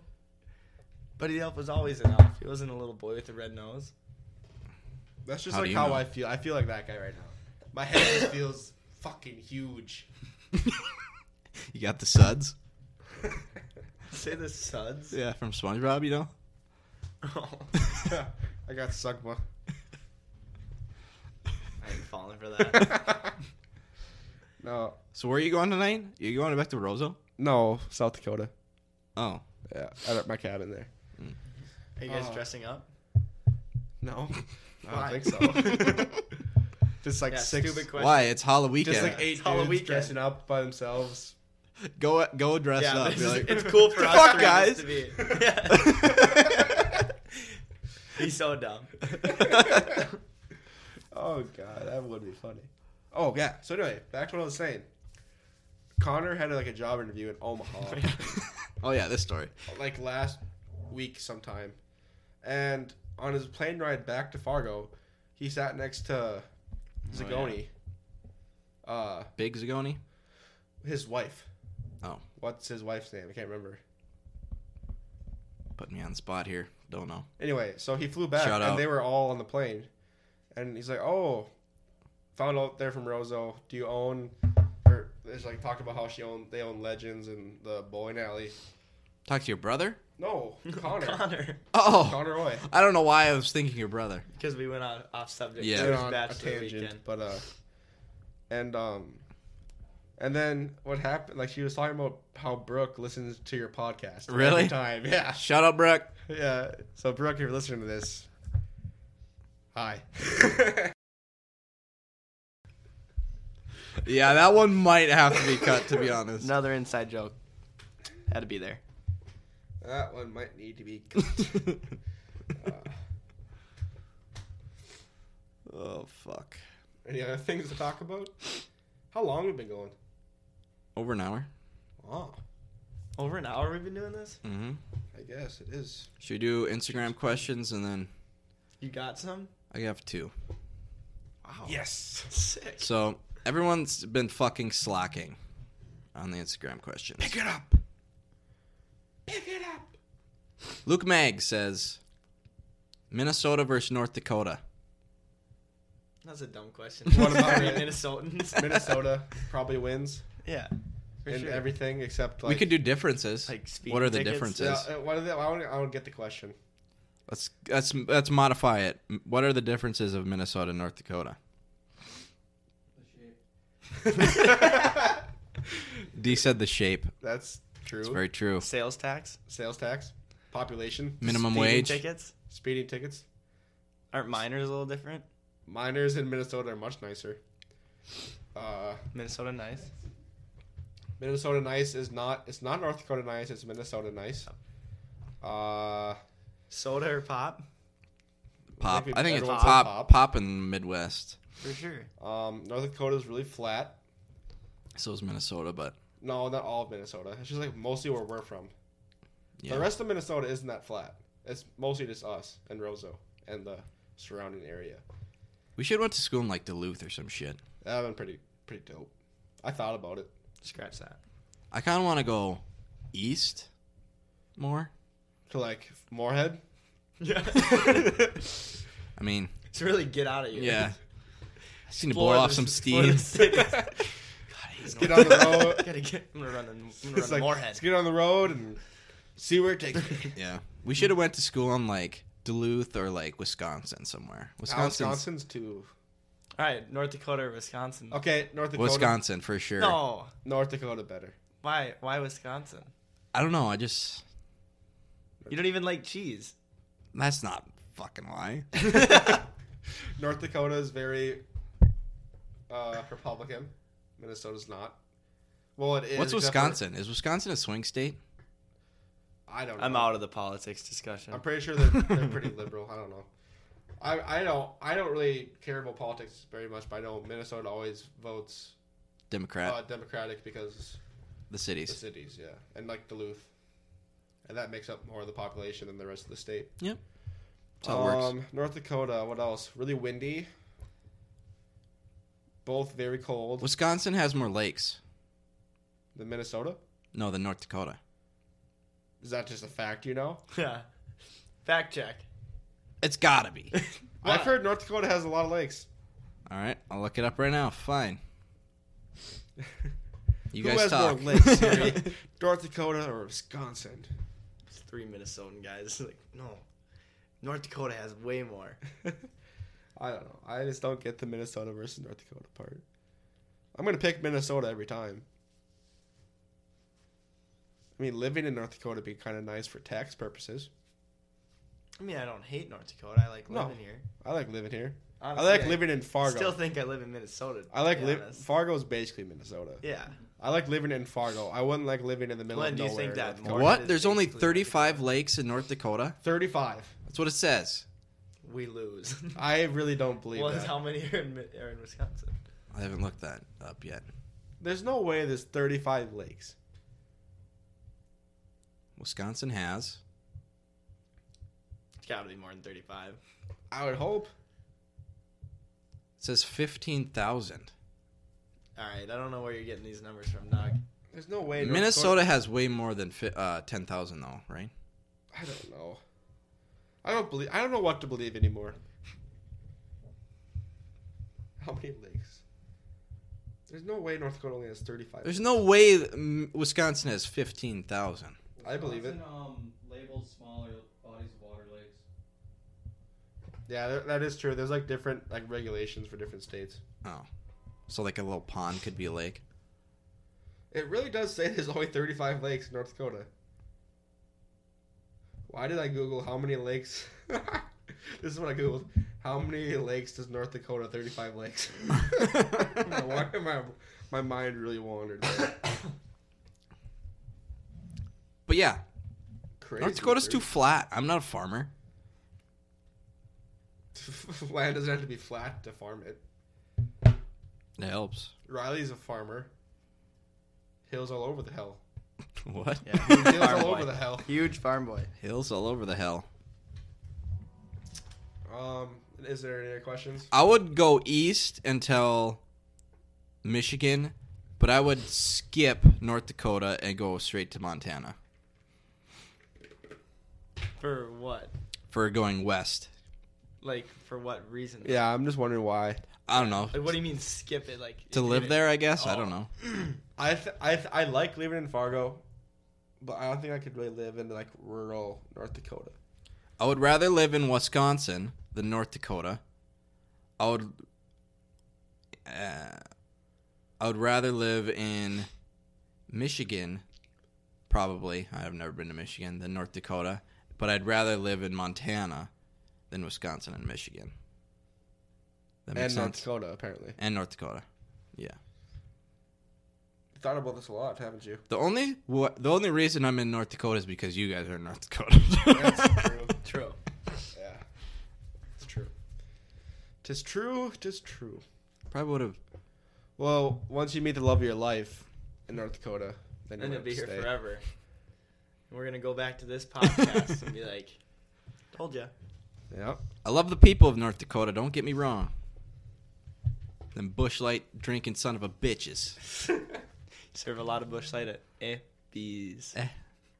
C: Buddy the Elf was always an elf. He wasn't a little boy with a red nose.
B: That's just
A: How do
B: like
A: you
B: how
A: know?
B: I feel. I feel like that guy right now. My head feels fucking huge.
A: you got the suds.
C: Say the suds.
A: Yeah, from SpongeBob. You know.
B: Oh. I got Sugma.
C: I ain't falling for that.
B: no,
A: So where are you going tonight? You going back to Roseau?
B: no, South Dakota.
A: Oh,
B: Yeah, at my cabin there.
C: Are you guys
B: Oh.
C: dressing up?
B: No, I
C: Why?
B: don't think so. just like
C: Yeah,
B: six.
C: stupid question.
A: why? It's Halloween.
B: Just like
A: weekend.
B: eight
C: It's all
B: dudes
C: weekend.
B: dressing up by themselves.
A: go go dress
C: Yeah,
A: up.
C: this
A: Be
C: is-
A: like-
C: it's cool for us
A: Fuck,
C: three of us
A: guys.
C: to be. Yeah. He's so dumb.
B: oh god, that would be funny. Oh yeah. So anyway, back to what I was saying. Connor had like a job interview in Omaha,
A: oh yeah, this story.
B: like last week sometime, and on his plane ride back to Fargo, he sat next
A: Oh,
B: to Zagoni, uh,
A: Big Zagoni.
B: his wife.
A: Oh.
B: What's his wife's name? I can't remember.
A: Put me on the spot here. Don't know.
B: Anyway, so he flew back,
A: Shout
B: and
A: out.
B: they were all on the plane. And he's like, "Oh, found out they're from Roseau. Do you own?" Or it's like talked about how she own they own Legends and the Bowling Alley.
A: Talk to your brother.
B: No, Connor, Connor,
A: Oh,
B: Roy.
A: I don't know why I was thinking your brother.
C: Because we went on, off subject.
A: Yeah.
C: It
B: Went
C: was
B: on a
C: bachelor
B: tangent,
C: weekend.
B: but uh, and um, and then what happened? Like she was talking about how Brooke listens to your podcast every
A: Really?
B: time. Yeah,
A: Shut up, Brooke.
B: yeah. So Brooke, if you're listening to this, hi.
A: Yeah, that one might have to be cut. To be honest.
C: Another inside joke. Had to be there.
B: that one might need to be.
A: oh fuck.
B: Any other things to talk about? How long have we been going?
A: Over an hour.
B: Oh,
C: Over an hour we've been doing this?
A: Mm-hmm.
B: I guess it is.
A: Should we do Instagram questions and then
C: You got some?
A: I have two.
C: Wow.
B: Yes.
C: Sick.
A: So Everyone's been fucking slacking on the Instagram questions.
B: Pick it up.
A: Luke Mag says Minnesota versus North Dakota.
C: That's a dumb question.
B: What about
C: Sorry,
B: it?
C: Minnesotans?
B: Minnesota probably wins
C: yeah, for
B: in
C: sure.
B: everything except like
A: we could do differences.
C: like speeding
A: what are the
C: tickets?
B: Yeah,
A: differences?
B: uh, what are they, I don't, I don't get the question.
A: Let's let's let's modify it. M- What are the differences of Minnesota and North Dakota? D said the shape.
B: That's true.
A: It's very true.
C: sales tax,
B: Sales tax, population,
A: Minimum
C: speeding
A: wage.
C: tickets.
B: speeding tickets.
C: Aren't minors a little different?
B: Minors in Minnesota are much nicer. Uh,
C: Minnesota nice.
B: Minnesota nice is not. It's not North Dakota nice. It's Minnesota nice. Uh,
C: Soda or pop?
A: Pop.
B: Maybe
A: I think it's
B: everyone
A: pop,
B: said
A: pop.
B: pop.
A: in the Midwest.
C: For sure.
B: um, North Dakota is really flat.
A: So is Minnesota, but
B: No, not all of Minnesota. It's just like mostly where we're from.
A: yeah.
B: The rest of Minnesota isn't that flat. It's mostly just us and Roseau and the surrounding area.
A: we should went to school in like Duluth or some shit.
B: That would been pretty pretty dope. I thought about it.
C: Scratch that.
A: I kind of want to go east more.
B: To like Moorhead.
C: Yeah.
A: I mean,
C: it's really get out of here.
A: yeah. I just need to blow
C: Explore
A: off
C: this-
A: some
C: explore
A: steam.
C: this city.
B: Get on the road.
C: Gotta get. I'm gonna run. A, I'm gonna
B: It's
C: run a
B: like,
C: Moorhead.
B: let's get on the road and see where it takes. me.
A: Yeah, we should have went to school in like Duluth or like Wisconsin somewhere.
B: Ah,
A: Wisconsin's- Wisconsin,
B: Wisconsin's too.
C: All right, North Dakota or Wisconsin?
B: Okay, North Dakota.
A: for sure.
C: No.
B: North Dakota better.
C: Why? Why Wisconsin?
A: I don't know. I just
C: You don't even like cheese.
A: that's not fucking why.
B: North Dakota is very uh, Republican. Minnesota's not. Well, it is.
A: What's
B: except for-
A: Wisconsin? Is Wisconsin a swing state?
B: I don't. know.
C: I'm out of the politics discussion.
B: I'm pretty sure they're, they're pretty liberal. I don't know. I, I don't I don't really care about politics very much, but I know Minnesota always votes
A: Democrat.
B: uh, Democratic because
A: the
B: the
A: cities.
B: cities, yeah, and like Duluth, and that makes up more of the population than the rest of the state.
A: Yep. That's how it works.
B: Um, North Dakota. What else? Really windy. Both very cold.
A: Wisconsin has more lakes.
B: The Minnesota
A: No, than North Dakota.
B: is that just a fact? You know,
C: yeah. Fact check.
A: It's gotta be.
B: I've heard North Dakota has a lot of lakes.
A: All right, I'll look it up right now. Fine. You
B: Who
A: guys
B: has
A: talk.
B: more lakes? Siri? North Dakota or Wisconsin?
C: It's three Minnesotan guys. Like no, North Dakota has way more.
B: I don't know. I just don't get the Minnesota versus North Dakota part. I'm gonna pick Minnesota every time. I mean, living in North Dakota would be kind of nice for tax purposes.
C: I mean, I don't hate North Dakota. I like
B: No.
C: living here.
B: I like living here.
C: Honestly,
B: I like living in Fargo.
C: Still think I live in Minnesota. to
B: I like
C: be
B: li-
C: honest.
B: Fargo's basically Minnesota.
C: Yeah.
B: I like living in Fargo. I wouldn't like living in the middle
C: Glenn,
B: of
C: do you
B: nowhere.
C: think that
B: in North
C: more-
B: Dakota.
A: What?
C: is
A: There's only
C: basically North
A: 35 lakes in North Dakota.
B: Thirty-five.
A: That's what it says.
C: We lose.
B: I really don't believe
C: well,
B: that.
C: how many are in, Mi- are in Wisconsin?
A: I haven't looked that up yet.
B: There's no way there's thirty-five lakes.
A: Wisconsin has.
C: It's got to be more than 35.
B: I would hope.
A: It says 15,000.
C: All right, I don't know where you're getting these numbers from, Doc.
B: There's no way North
A: Minnesota has way more than fi- uh, 10,000, though, right?
B: Dakota- I don't know. I don't believe. I don't know what to believe anymore. How many lakes? There's no way North Dakota only has thirty-five.
A: There's no way that, mm, Wisconsin has 15,000.
B: I believe it.
E: Wisconsin, Um, labeled smaller bodies of water lakes.
B: yeah, that- that is true. There's like different like regulations for different states.
A: Oh. So, like, a little pond could be a lake.
B: It really does say there's only 35 lakes in North Dakota. Why did I Google how many lakes? this is what I Googled. How many lakes does North Dakota 35 lakes? Why am I, my mind really wandered. there.
A: But yeah,
B: Crazy.
A: North Dakota's too
B: dude.
A: flat. I'm not a farmer.
B: Land doesn't have to be flat to farm it.
A: It helps.
B: Riley's a farmer. Hills all over the hell.
A: What?
C: Yeah.
B: Hills
C: Farm
B: all
C: boy.
B: over the hell.
C: Huge farm boy.
A: Hills all over the hell.
B: Um, is there any other questions?
A: I would go east until Michigan, but I would skip North Dakota and go straight to Montana
C: For what?
A: for going west.
C: Like for what reason?
B: Yeah, I'm just wondering why.
A: I don't know.
C: Like, what do you mean skip it? Like
A: To
C: if
A: live
C: it-
A: there, I guess. I
C: Oh.
A: don't know.
B: I th- I th- I like living in Fargo, but I don't think I could really live in like rural North Dakota.
A: I would rather live in Wisconsin than North Dakota. I would. Uh, I would rather live in Michigan, probably. I've never been to Michigan than North Dakota, but I'd rather live in Montana than Wisconsin and Michigan. That
B: and
A: makes
B: North
A: sense.
B: Dakota, apparently.
A: And North Dakota, yeah.
B: You thought about this a lot, haven't you?
A: The only wha- the only reason I'm in North Dakota is because you guys are in North Dakota.
B: That's true.
C: True.
B: Yeah. It's true. Tis true, tis true.
A: Probably would have
B: Well, once you meet the love of your life in North Dakota, then
C: And
B: you're
C: you'll be
B: be
C: here
B: stay.
C: forever. And we're gonna go back to this podcast and be like, "Told ya."
B: Yeah.
A: I love the people of North Dakota. Don't get me wrong. Them bushlight drinking son of a bitches.
C: Serve a lot of bush light at eh bees.
A: Eh.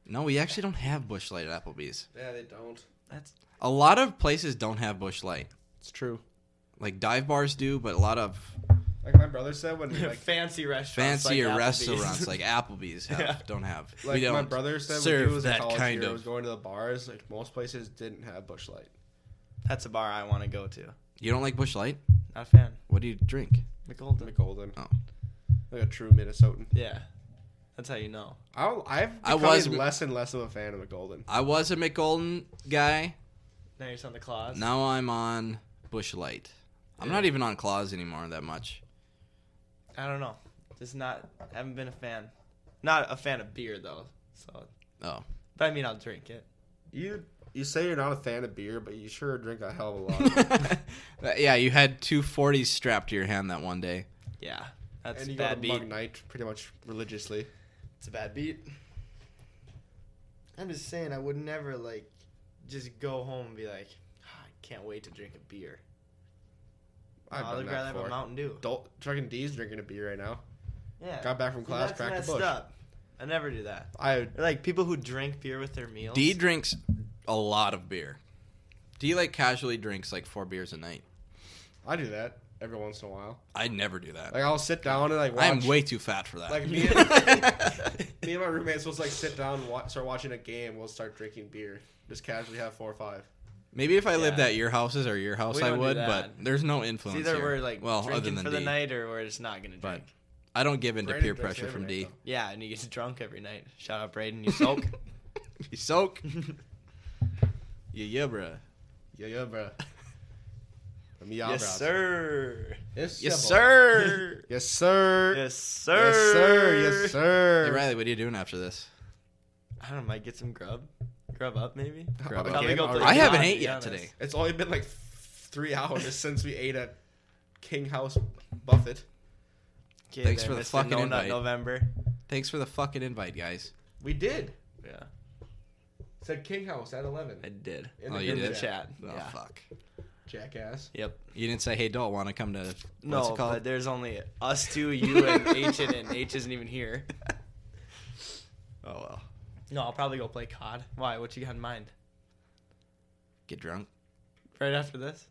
A: No, we actually don't have bushlight at Applebee's.
B: Yeah, they don't.
C: That's
A: A lot of places don't have bushlight.
B: It's true.
A: Like dive bars do, but a lot of
B: Like my brother said when he, like
C: fancy restaurants.
A: fancier
C: like Applebee's.
A: restaurants like Applebee's have,
C: Yeah.
A: don't have. We
B: like my
A: don't
B: brother said when
A: serve
B: he was in
A: that
B: college
A: kind
B: here,
A: of-
B: was going to the bars, like most places didn't have Bush Light.
C: That's a bar I want to go to.
A: You don't like bushlight?
C: Not a fan.
A: What do you drink?
C: McGolden.
B: McGolden.
A: Oh.
B: Like a true Minnesotan.
C: Yeah, that's how you know.
B: I, I've
A: I
B: become
A: was-
B: less and less of a fan of McGolden.
A: I was a McGolden guy.
C: Now you're just on the claws.
A: Now I'm on bushlight. I'm not even on claws anymore that much.
C: I don't know. Just not. Haven't been a fan. Not a fan of beer though. So,
A: Oh.
C: but I mean, I'll drink it.
B: You you say you're not a fan of beer, but you sure drink a hell of a lot. of it.
A: yeah, you had two forties strapped to your hand that one day.
C: Yeah, that's
B: and you
C: a
B: go to
C: bad beat.
B: Mug Night pretty much religiously.
C: It's a bad beat. I'm just saying, I would never like just go home and be like, "Ah, I can't wait to drink a beer.
B: I've
C: I
B: done
C: would
B: that
C: rather have
B: before.
C: a Mountain Dew.
B: Adult fucking D's drinking a beer right now.
C: Yeah,
B: Got back from
C: See,
B: class,
C: that's
B: cracked a
C: messed
B: bush.
C: up. I never do that.
B: I
C: Or, like people who drink beer with their meals.
A: Dee drinks a lot of beer. Dee like casually drinks like four beers a night.
B: I do that every once in a while.
A: I never do that.
B: Like I'll sit down and like watch.
A: I'm way too fat for that.
B: like me and, me and my roommates will just, like sit down, and wa- start watching a game. We'll start drinking beer, just casually have four or five.
A: Maybe if I lived
C: Yeah.
A: at your houses or your house,
C: We
A: I
C: don't do
A: would. But
C: that.
A: there's no
C: It's
A: influence.
C: either
A: here.
C: we're like
A: well,
C: drinking
A: other than
C: for the
A: Dee.
C: night, or we're just not gonna drink.
A: I don't give in to
B: Brandon
A: peer
B: drinks
A: pressure
B: every
A: from
B: night,
A: D.
B: though.
C: Yeah, and he gets drunk every night. Shout out Braden, you soak.
A: You soak. yeah, yeah, bruh.
B: Yeah, yeah, bro. I'm yeah,
C: yes,
B: bruh.
C: sir.
A: Yes,
B: Yes, yeah, boy.
A: sir.
B: Yes, sir.
C: Yes, sir.
B: Yes, sir. Yes,
A: hey,
B: sir.
A: Riley, what are you doing after this?
C: I don't know. Might get some grub. Grub up, maybe.
A: Grab
B: Okay,
A: up.
C: Probably go
B: all
C: play
B: right.
A: I
C: Beyond,
A: haven't
C: to
A: ate
C: be
A: yet
C: honest.
A: today.
B: It's only been like three hours since we ate at King House Buffet.
C: Okay,
A: Thanks
C: there,
A: for the
C: Mr.
A: fucking
C: No Nut
A: invite.
C: November.
A: Thanks for the fucking invite, guys.
B: We did.
C: Yeah,
B: Said King House at eleven.
C: I did.
B: In
A: Oh,
B: the
A: you
C: In
B: group
A: did?
C: the chat.
A: Oh
C: yeah.
A: fuck.
B: Jackass.
C: Yep.
A: You didn't say, "Hey, Dole, want to come to what's
C: No,
A: it called?"
C: but there's only us two, you, and H, and H isn't even here.
A: Oh well,
C: No, I'll probably go play COD. Why? What you got in mind?
A: get drunk.
C: Right after this?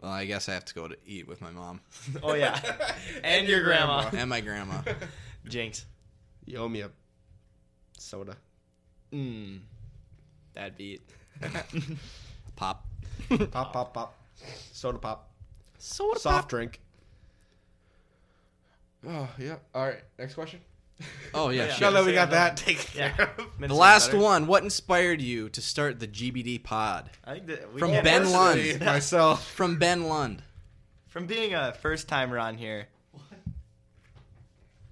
A: Well, I guess I have to go to eat with my mom
C: Oh yeah,
B: and,
C: and your grandma.
A: and my grandma.
C: Jinx.
B: You owe me a soda.
C: Mmm. That beat.
A: Pop.
B: Pop, pop, pop. Soda pop.
A: Soda
B: Soft drink. Oh yeah. All right. Next question.
A: Oh yeah.
C: Oh, yeah.
A: shit.
B: Now
C: No,
B: that we
C: Say
B: got
C: another.
B: that taken care
C: Yeah.
B: of.
A: The last
C: better.
A: one. What inspired you to start the GBD pod?
C: I think that we
A: From
C: can't
A: Ben
C: answer
A: Lund.
C: these.
B: Personally, Myself.
A: From Ben Lund.
C: From being a first timer on here.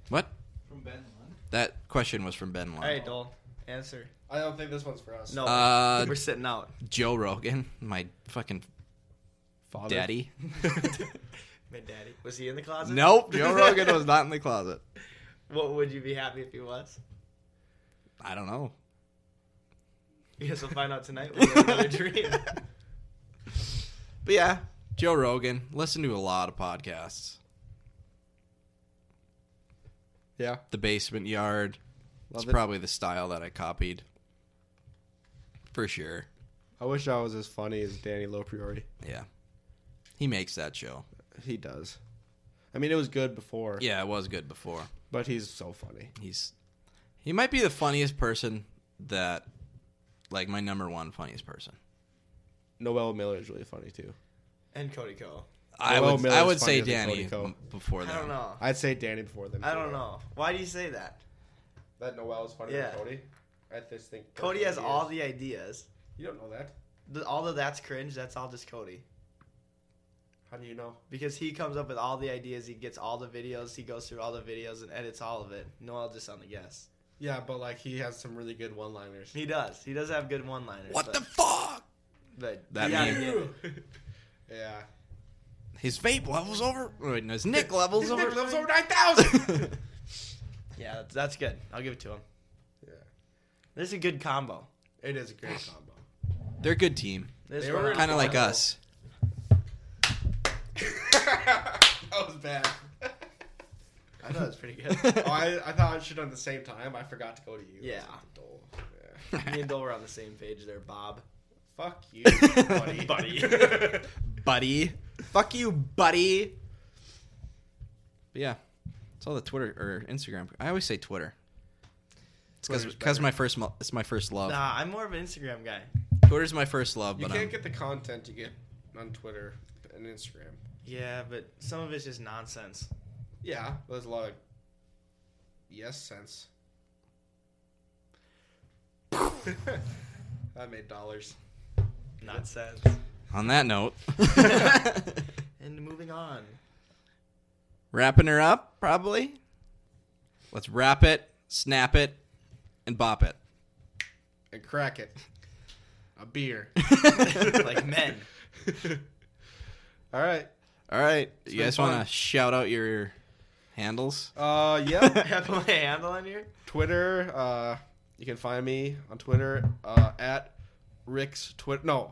A: What?
E: From Ben Lund?
A: That question was from Ben Lund.
C: All right, Dole, answer.
B: I don't think this one's for us.
C: No,
A: Uh,
C: we're sitting out.
A: Joe Rogan, my fucking
B: Father.
A: daddy.
C: My daddy was he in the closet?
A: nope. Joe Rogan was not in the closet.
C: What would you be happy if he was?
A: I don't know.
C: You guys will find out tonight. We have another dream.
A: But yeah, Joe Rogan. Listen to a lot of podcasts.
B: Yeah.
A: the basement yard.
B: Love
A: it's
B: it.
A: probably the style that I copied. For sure.
B: I wish I was as funny as Danny Lopriori.
A: Yeah. He makes that show.
B: He does. I mean, it was good before,
A: Yeah, it was good before.
B: but he's so funny.
A: He's he might be the funniest person that like my number one funniest person.
B: Noel Miller is really funny too.
C: And Cody Cole.
A: I
B: Noel
A: would
B: Miller's
A: I would say
B: funnier than Cody
A: Danny
B: Cole.
A: b- before
C: I
A: that.
C: don't know.
B: I'd say Danny before them.
C: I
B: too.
C: don't know. Why do you say that?
B: That Noel is funny
C: Yeah.
B: than Cody. I just think
C: Cody has
B: he
C: all
B: is.
C: the ideas.
B: You don't know that.
C: The, all of that's cringe. That's all just Cody
B: How do you know?
C: because he comes up with all the ideas. He gets all the videos. He goes through all the videos and edits all of it. Noel just on the guess.
B: Yeah, but like he has some really good one-liners.
C: He does. He does have good one-liners.
A: What
C: but,
A: the fuck?
C: But
A: That
C: you gotta
A: meme.
C: get it.
B: Yeah.
A: His vape levels over wait, no, his Nick levels over.
B: lives over nine thousand.
C: Yeah, that's, that's good. I'll give it to him.
B: yeah,
C: This is a good combo.
B: it is a great combo.
A: They're a good team.
C: This
B: They
C: one-
B: were in
A: Kinda like us.
B: that was bad.
C: I thought it was pretty good.
B: Oh, I, I thought I should have done the same time. I forgot to go to you.
C: Yeah.
B: That's dull. Yeah.
C: Me and Dole were on the same page there, Bob.
B: Fuck you, buddy.
C: Buddy.
A: buddy. Fuck you, buddy. But yeah, it's all the Twitter or Instagram. I always say Twitter. It's
B: Twitter's
A: because my first mo- it's my first love.
C: Nah, I'm more of an Instagram guy.
A: Twitter's my first love,
B: you
A: but
B: can't
A: I'm,
B: get the content you get on Twitter and Instagram.
C: Yeah, but some of it's just nonsense.
B: Yeah, but there's a lot of yes sense. I made dollars.
C: Nonsense.
A: on that note,
C: And moving on.
A: wrapping her up probably. Let's wrap it, snap it, and bop it.
B: and crack it. A beer.
C: like men.
B: All right.
A: All right, you
B: been
A: guys want
B: fun.
A: to shout out your handles?
B: Uh, yeah.
C: Can I put my handle on here?
B: Twitter. Uh, you can find me on Twitter uh, at Rick's Twitter. No,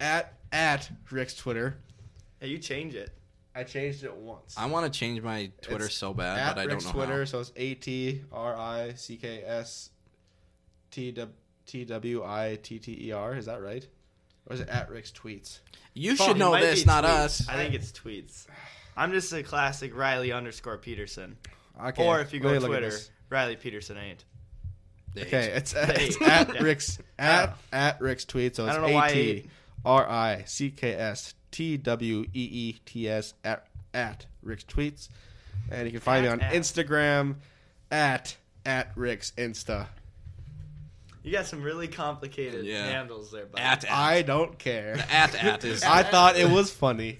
B: at at Rick's Twitter.
C: Hey, you change it.
B: I changed it once.
A: I want to change my Twitter
B: It's
A: so bad,
B: at
A: but I don't
B: Rick's
A: know
B: Twitter.
A: how.
B: So it's A T R I C K S T W T W I T T E R. Is that right? Or is it at Rick's Tweets?
A: You
C: Fuck,
A: should
C: it
A: know
C: might
A: this,
C: be
A: not
C: tweets.
A: us.
C: I think it's tweets. I'm just a classic Riley underscore Peterson.
B: Okay.
C: Or if you
B: let
C: go
B: me look at
C: Twitter,
B: this.
C: Riley Peterson ain't.
B: Okay, it's, it's
C: Hey.
B: at
C: Yeah.
B: Rick's at at Rick's tweet. So
C: I
B: it's
C: don't know why I
B: A T
C: ate-
B: R I C K S T W E E T S at at Rick's tweets, and you can find
C: At-
B: me on
C: at.
B: Instagram at at Rick's Insta.
C: You got some really complicated
A: Yeah.
C: handles there, buddy.
A: At at.
B: I don't care.
A: The at at is.
B: I thought it was funny,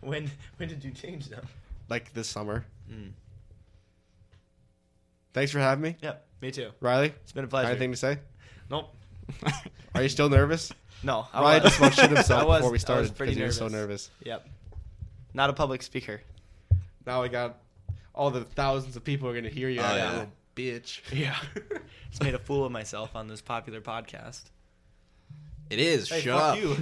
C: When when did you change them?
B: like this summer. Thanks for having me,
C: Yep, me too.
B: Riley.
C: It's been a
B: Got
C: pleasure.
B: Anything to say?
C: Nope.
B: Are you still nervous?
C: No, I
B: Riley
C: was.
B: just wants to shoot
C: I
B: himself
C: was-
B: before
C: I
B: we
C: was
B: started
C: pretty
B: because he was so nervous.
C: Yep. Not a public speaker.
B: Now we got all the thousands of people are gonna hear you.
A: Oh,
B: out,
A: yeah.
B: you little bitch.
C: Yeah. Just made a fool of myself on this popular podcast.
A: It is.
B: Hey,
A: Shut up.
B: fuck you.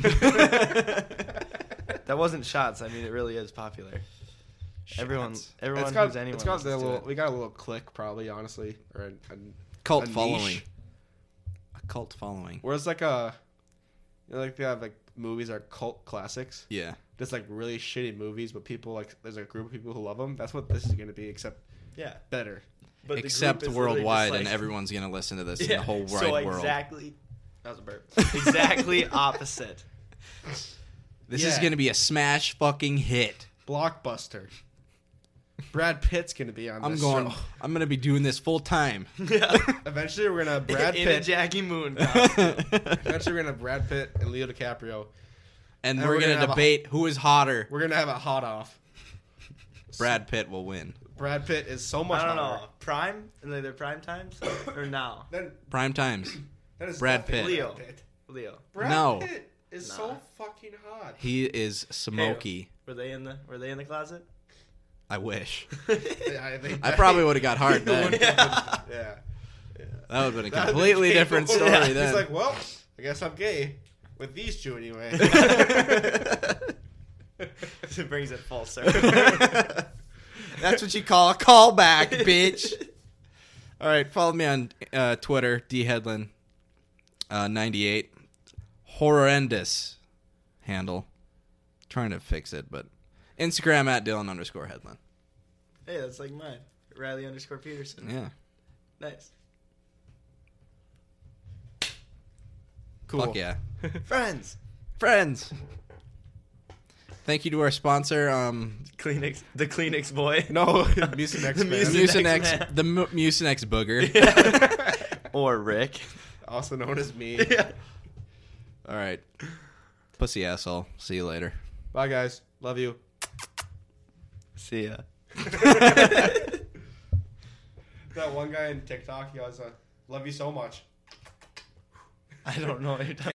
C: That wasn't shots. I mean, it really is popular. Everyone,
A: Shots.
C: everyone
B: it's got,
C: who's anyone.
B: it's got a
C: listens to
B: little,
C: it.
B: we got a little click probably, honestly, or a, a, a
A: cult
B: niche.
A: following. A cult following.
B: Whereas like a, you know, like they have like movies are cult classics,
A: Yeah.
B: just like really shitty movies, but people like there's a group of people who love them. That's what this is gonna be, except
C: Yeah.
B: better.
C: But the
A: Except
C: group is literally
A: worldwide,
C: just
A: and
C: like-
A: everyone's gonna listen to this in
C: Yeah,
A: the whole wide
C: so
A: world.
C: Exactly. That was a burp. Exactly opposite.
A: This is
B: Yeah.
A: gonna be a smash fucking hit.
B: Blockbuster. Brad Pitt's gonna be on.
A: I'm
B: this
A: going.
B: show.
A: I'm gonna be doing this full time.
C: Yeah.
B: Eventually, we're gonna have Brad
C: in a
B: Pitt.
C: Jackie Moon.
B: Eventually, we're gonna have Brad Pitt and Leo DiCaprio.
A: and
B: And
A: we're,
B: we're
A: gonna,
B: gonna have a-
A: debate who is hotter.
B: We're gonna have a hot off.
A: Brad Pitt will win.
B: Brad Pitt is so much.
C: I don't
B: hotter.
C: know. Prime? Like their prime times? Or now?
B: That,
A: Prime times.
B: that is
A: Brad
B: nothing.
A: Pitt.
C: Leo. Leo.
B: Brad
A: No.
B: Pitt is so fucking hot.
A: He is smoky.
C: Were they in the were they in the closet?
A: I wish.
B: Yeah, I, think
A: I
B: that-
A: probably would have got hard then.
B: would've-
A: That
C: Yeah.
B: yeah.
A: would have been a completely different story
C: Yeah.
B: He's
A: then.
B: like, well, I guess I'm gay with these two anyway.
C: it brings it full circle.
A: That's what you call a callback, bitch. All right, follow me on uh, Twitter, dheadland uh, 98. Horrendous handle. Trying to fix it, but Instagram at Dylan underscore headland.
C: Hey, that's like mine. Riley underscore Peterson.
A: Yeah.
C: Nice.
B: Cool.
A: Fuck yeah.
C: Friends.
A: Friends. Thank you to our sponsor, um,
C: Kleenex. The Kleenex boy.
B: No, Mucinex.
C: The
B: man.
A: the
C: Mucinex.
A: Mucinex,
C: man.
A: the Mu- Mucinex booger.
C: or Rick.
B: also known as me.
A: All right. Pussy asshole. See you later.
B: Bye, guys. Love you.
C: See ya.
B: That one guy on TikTok, he goes, uh, "Love you so much."
C: I don't know what you're talking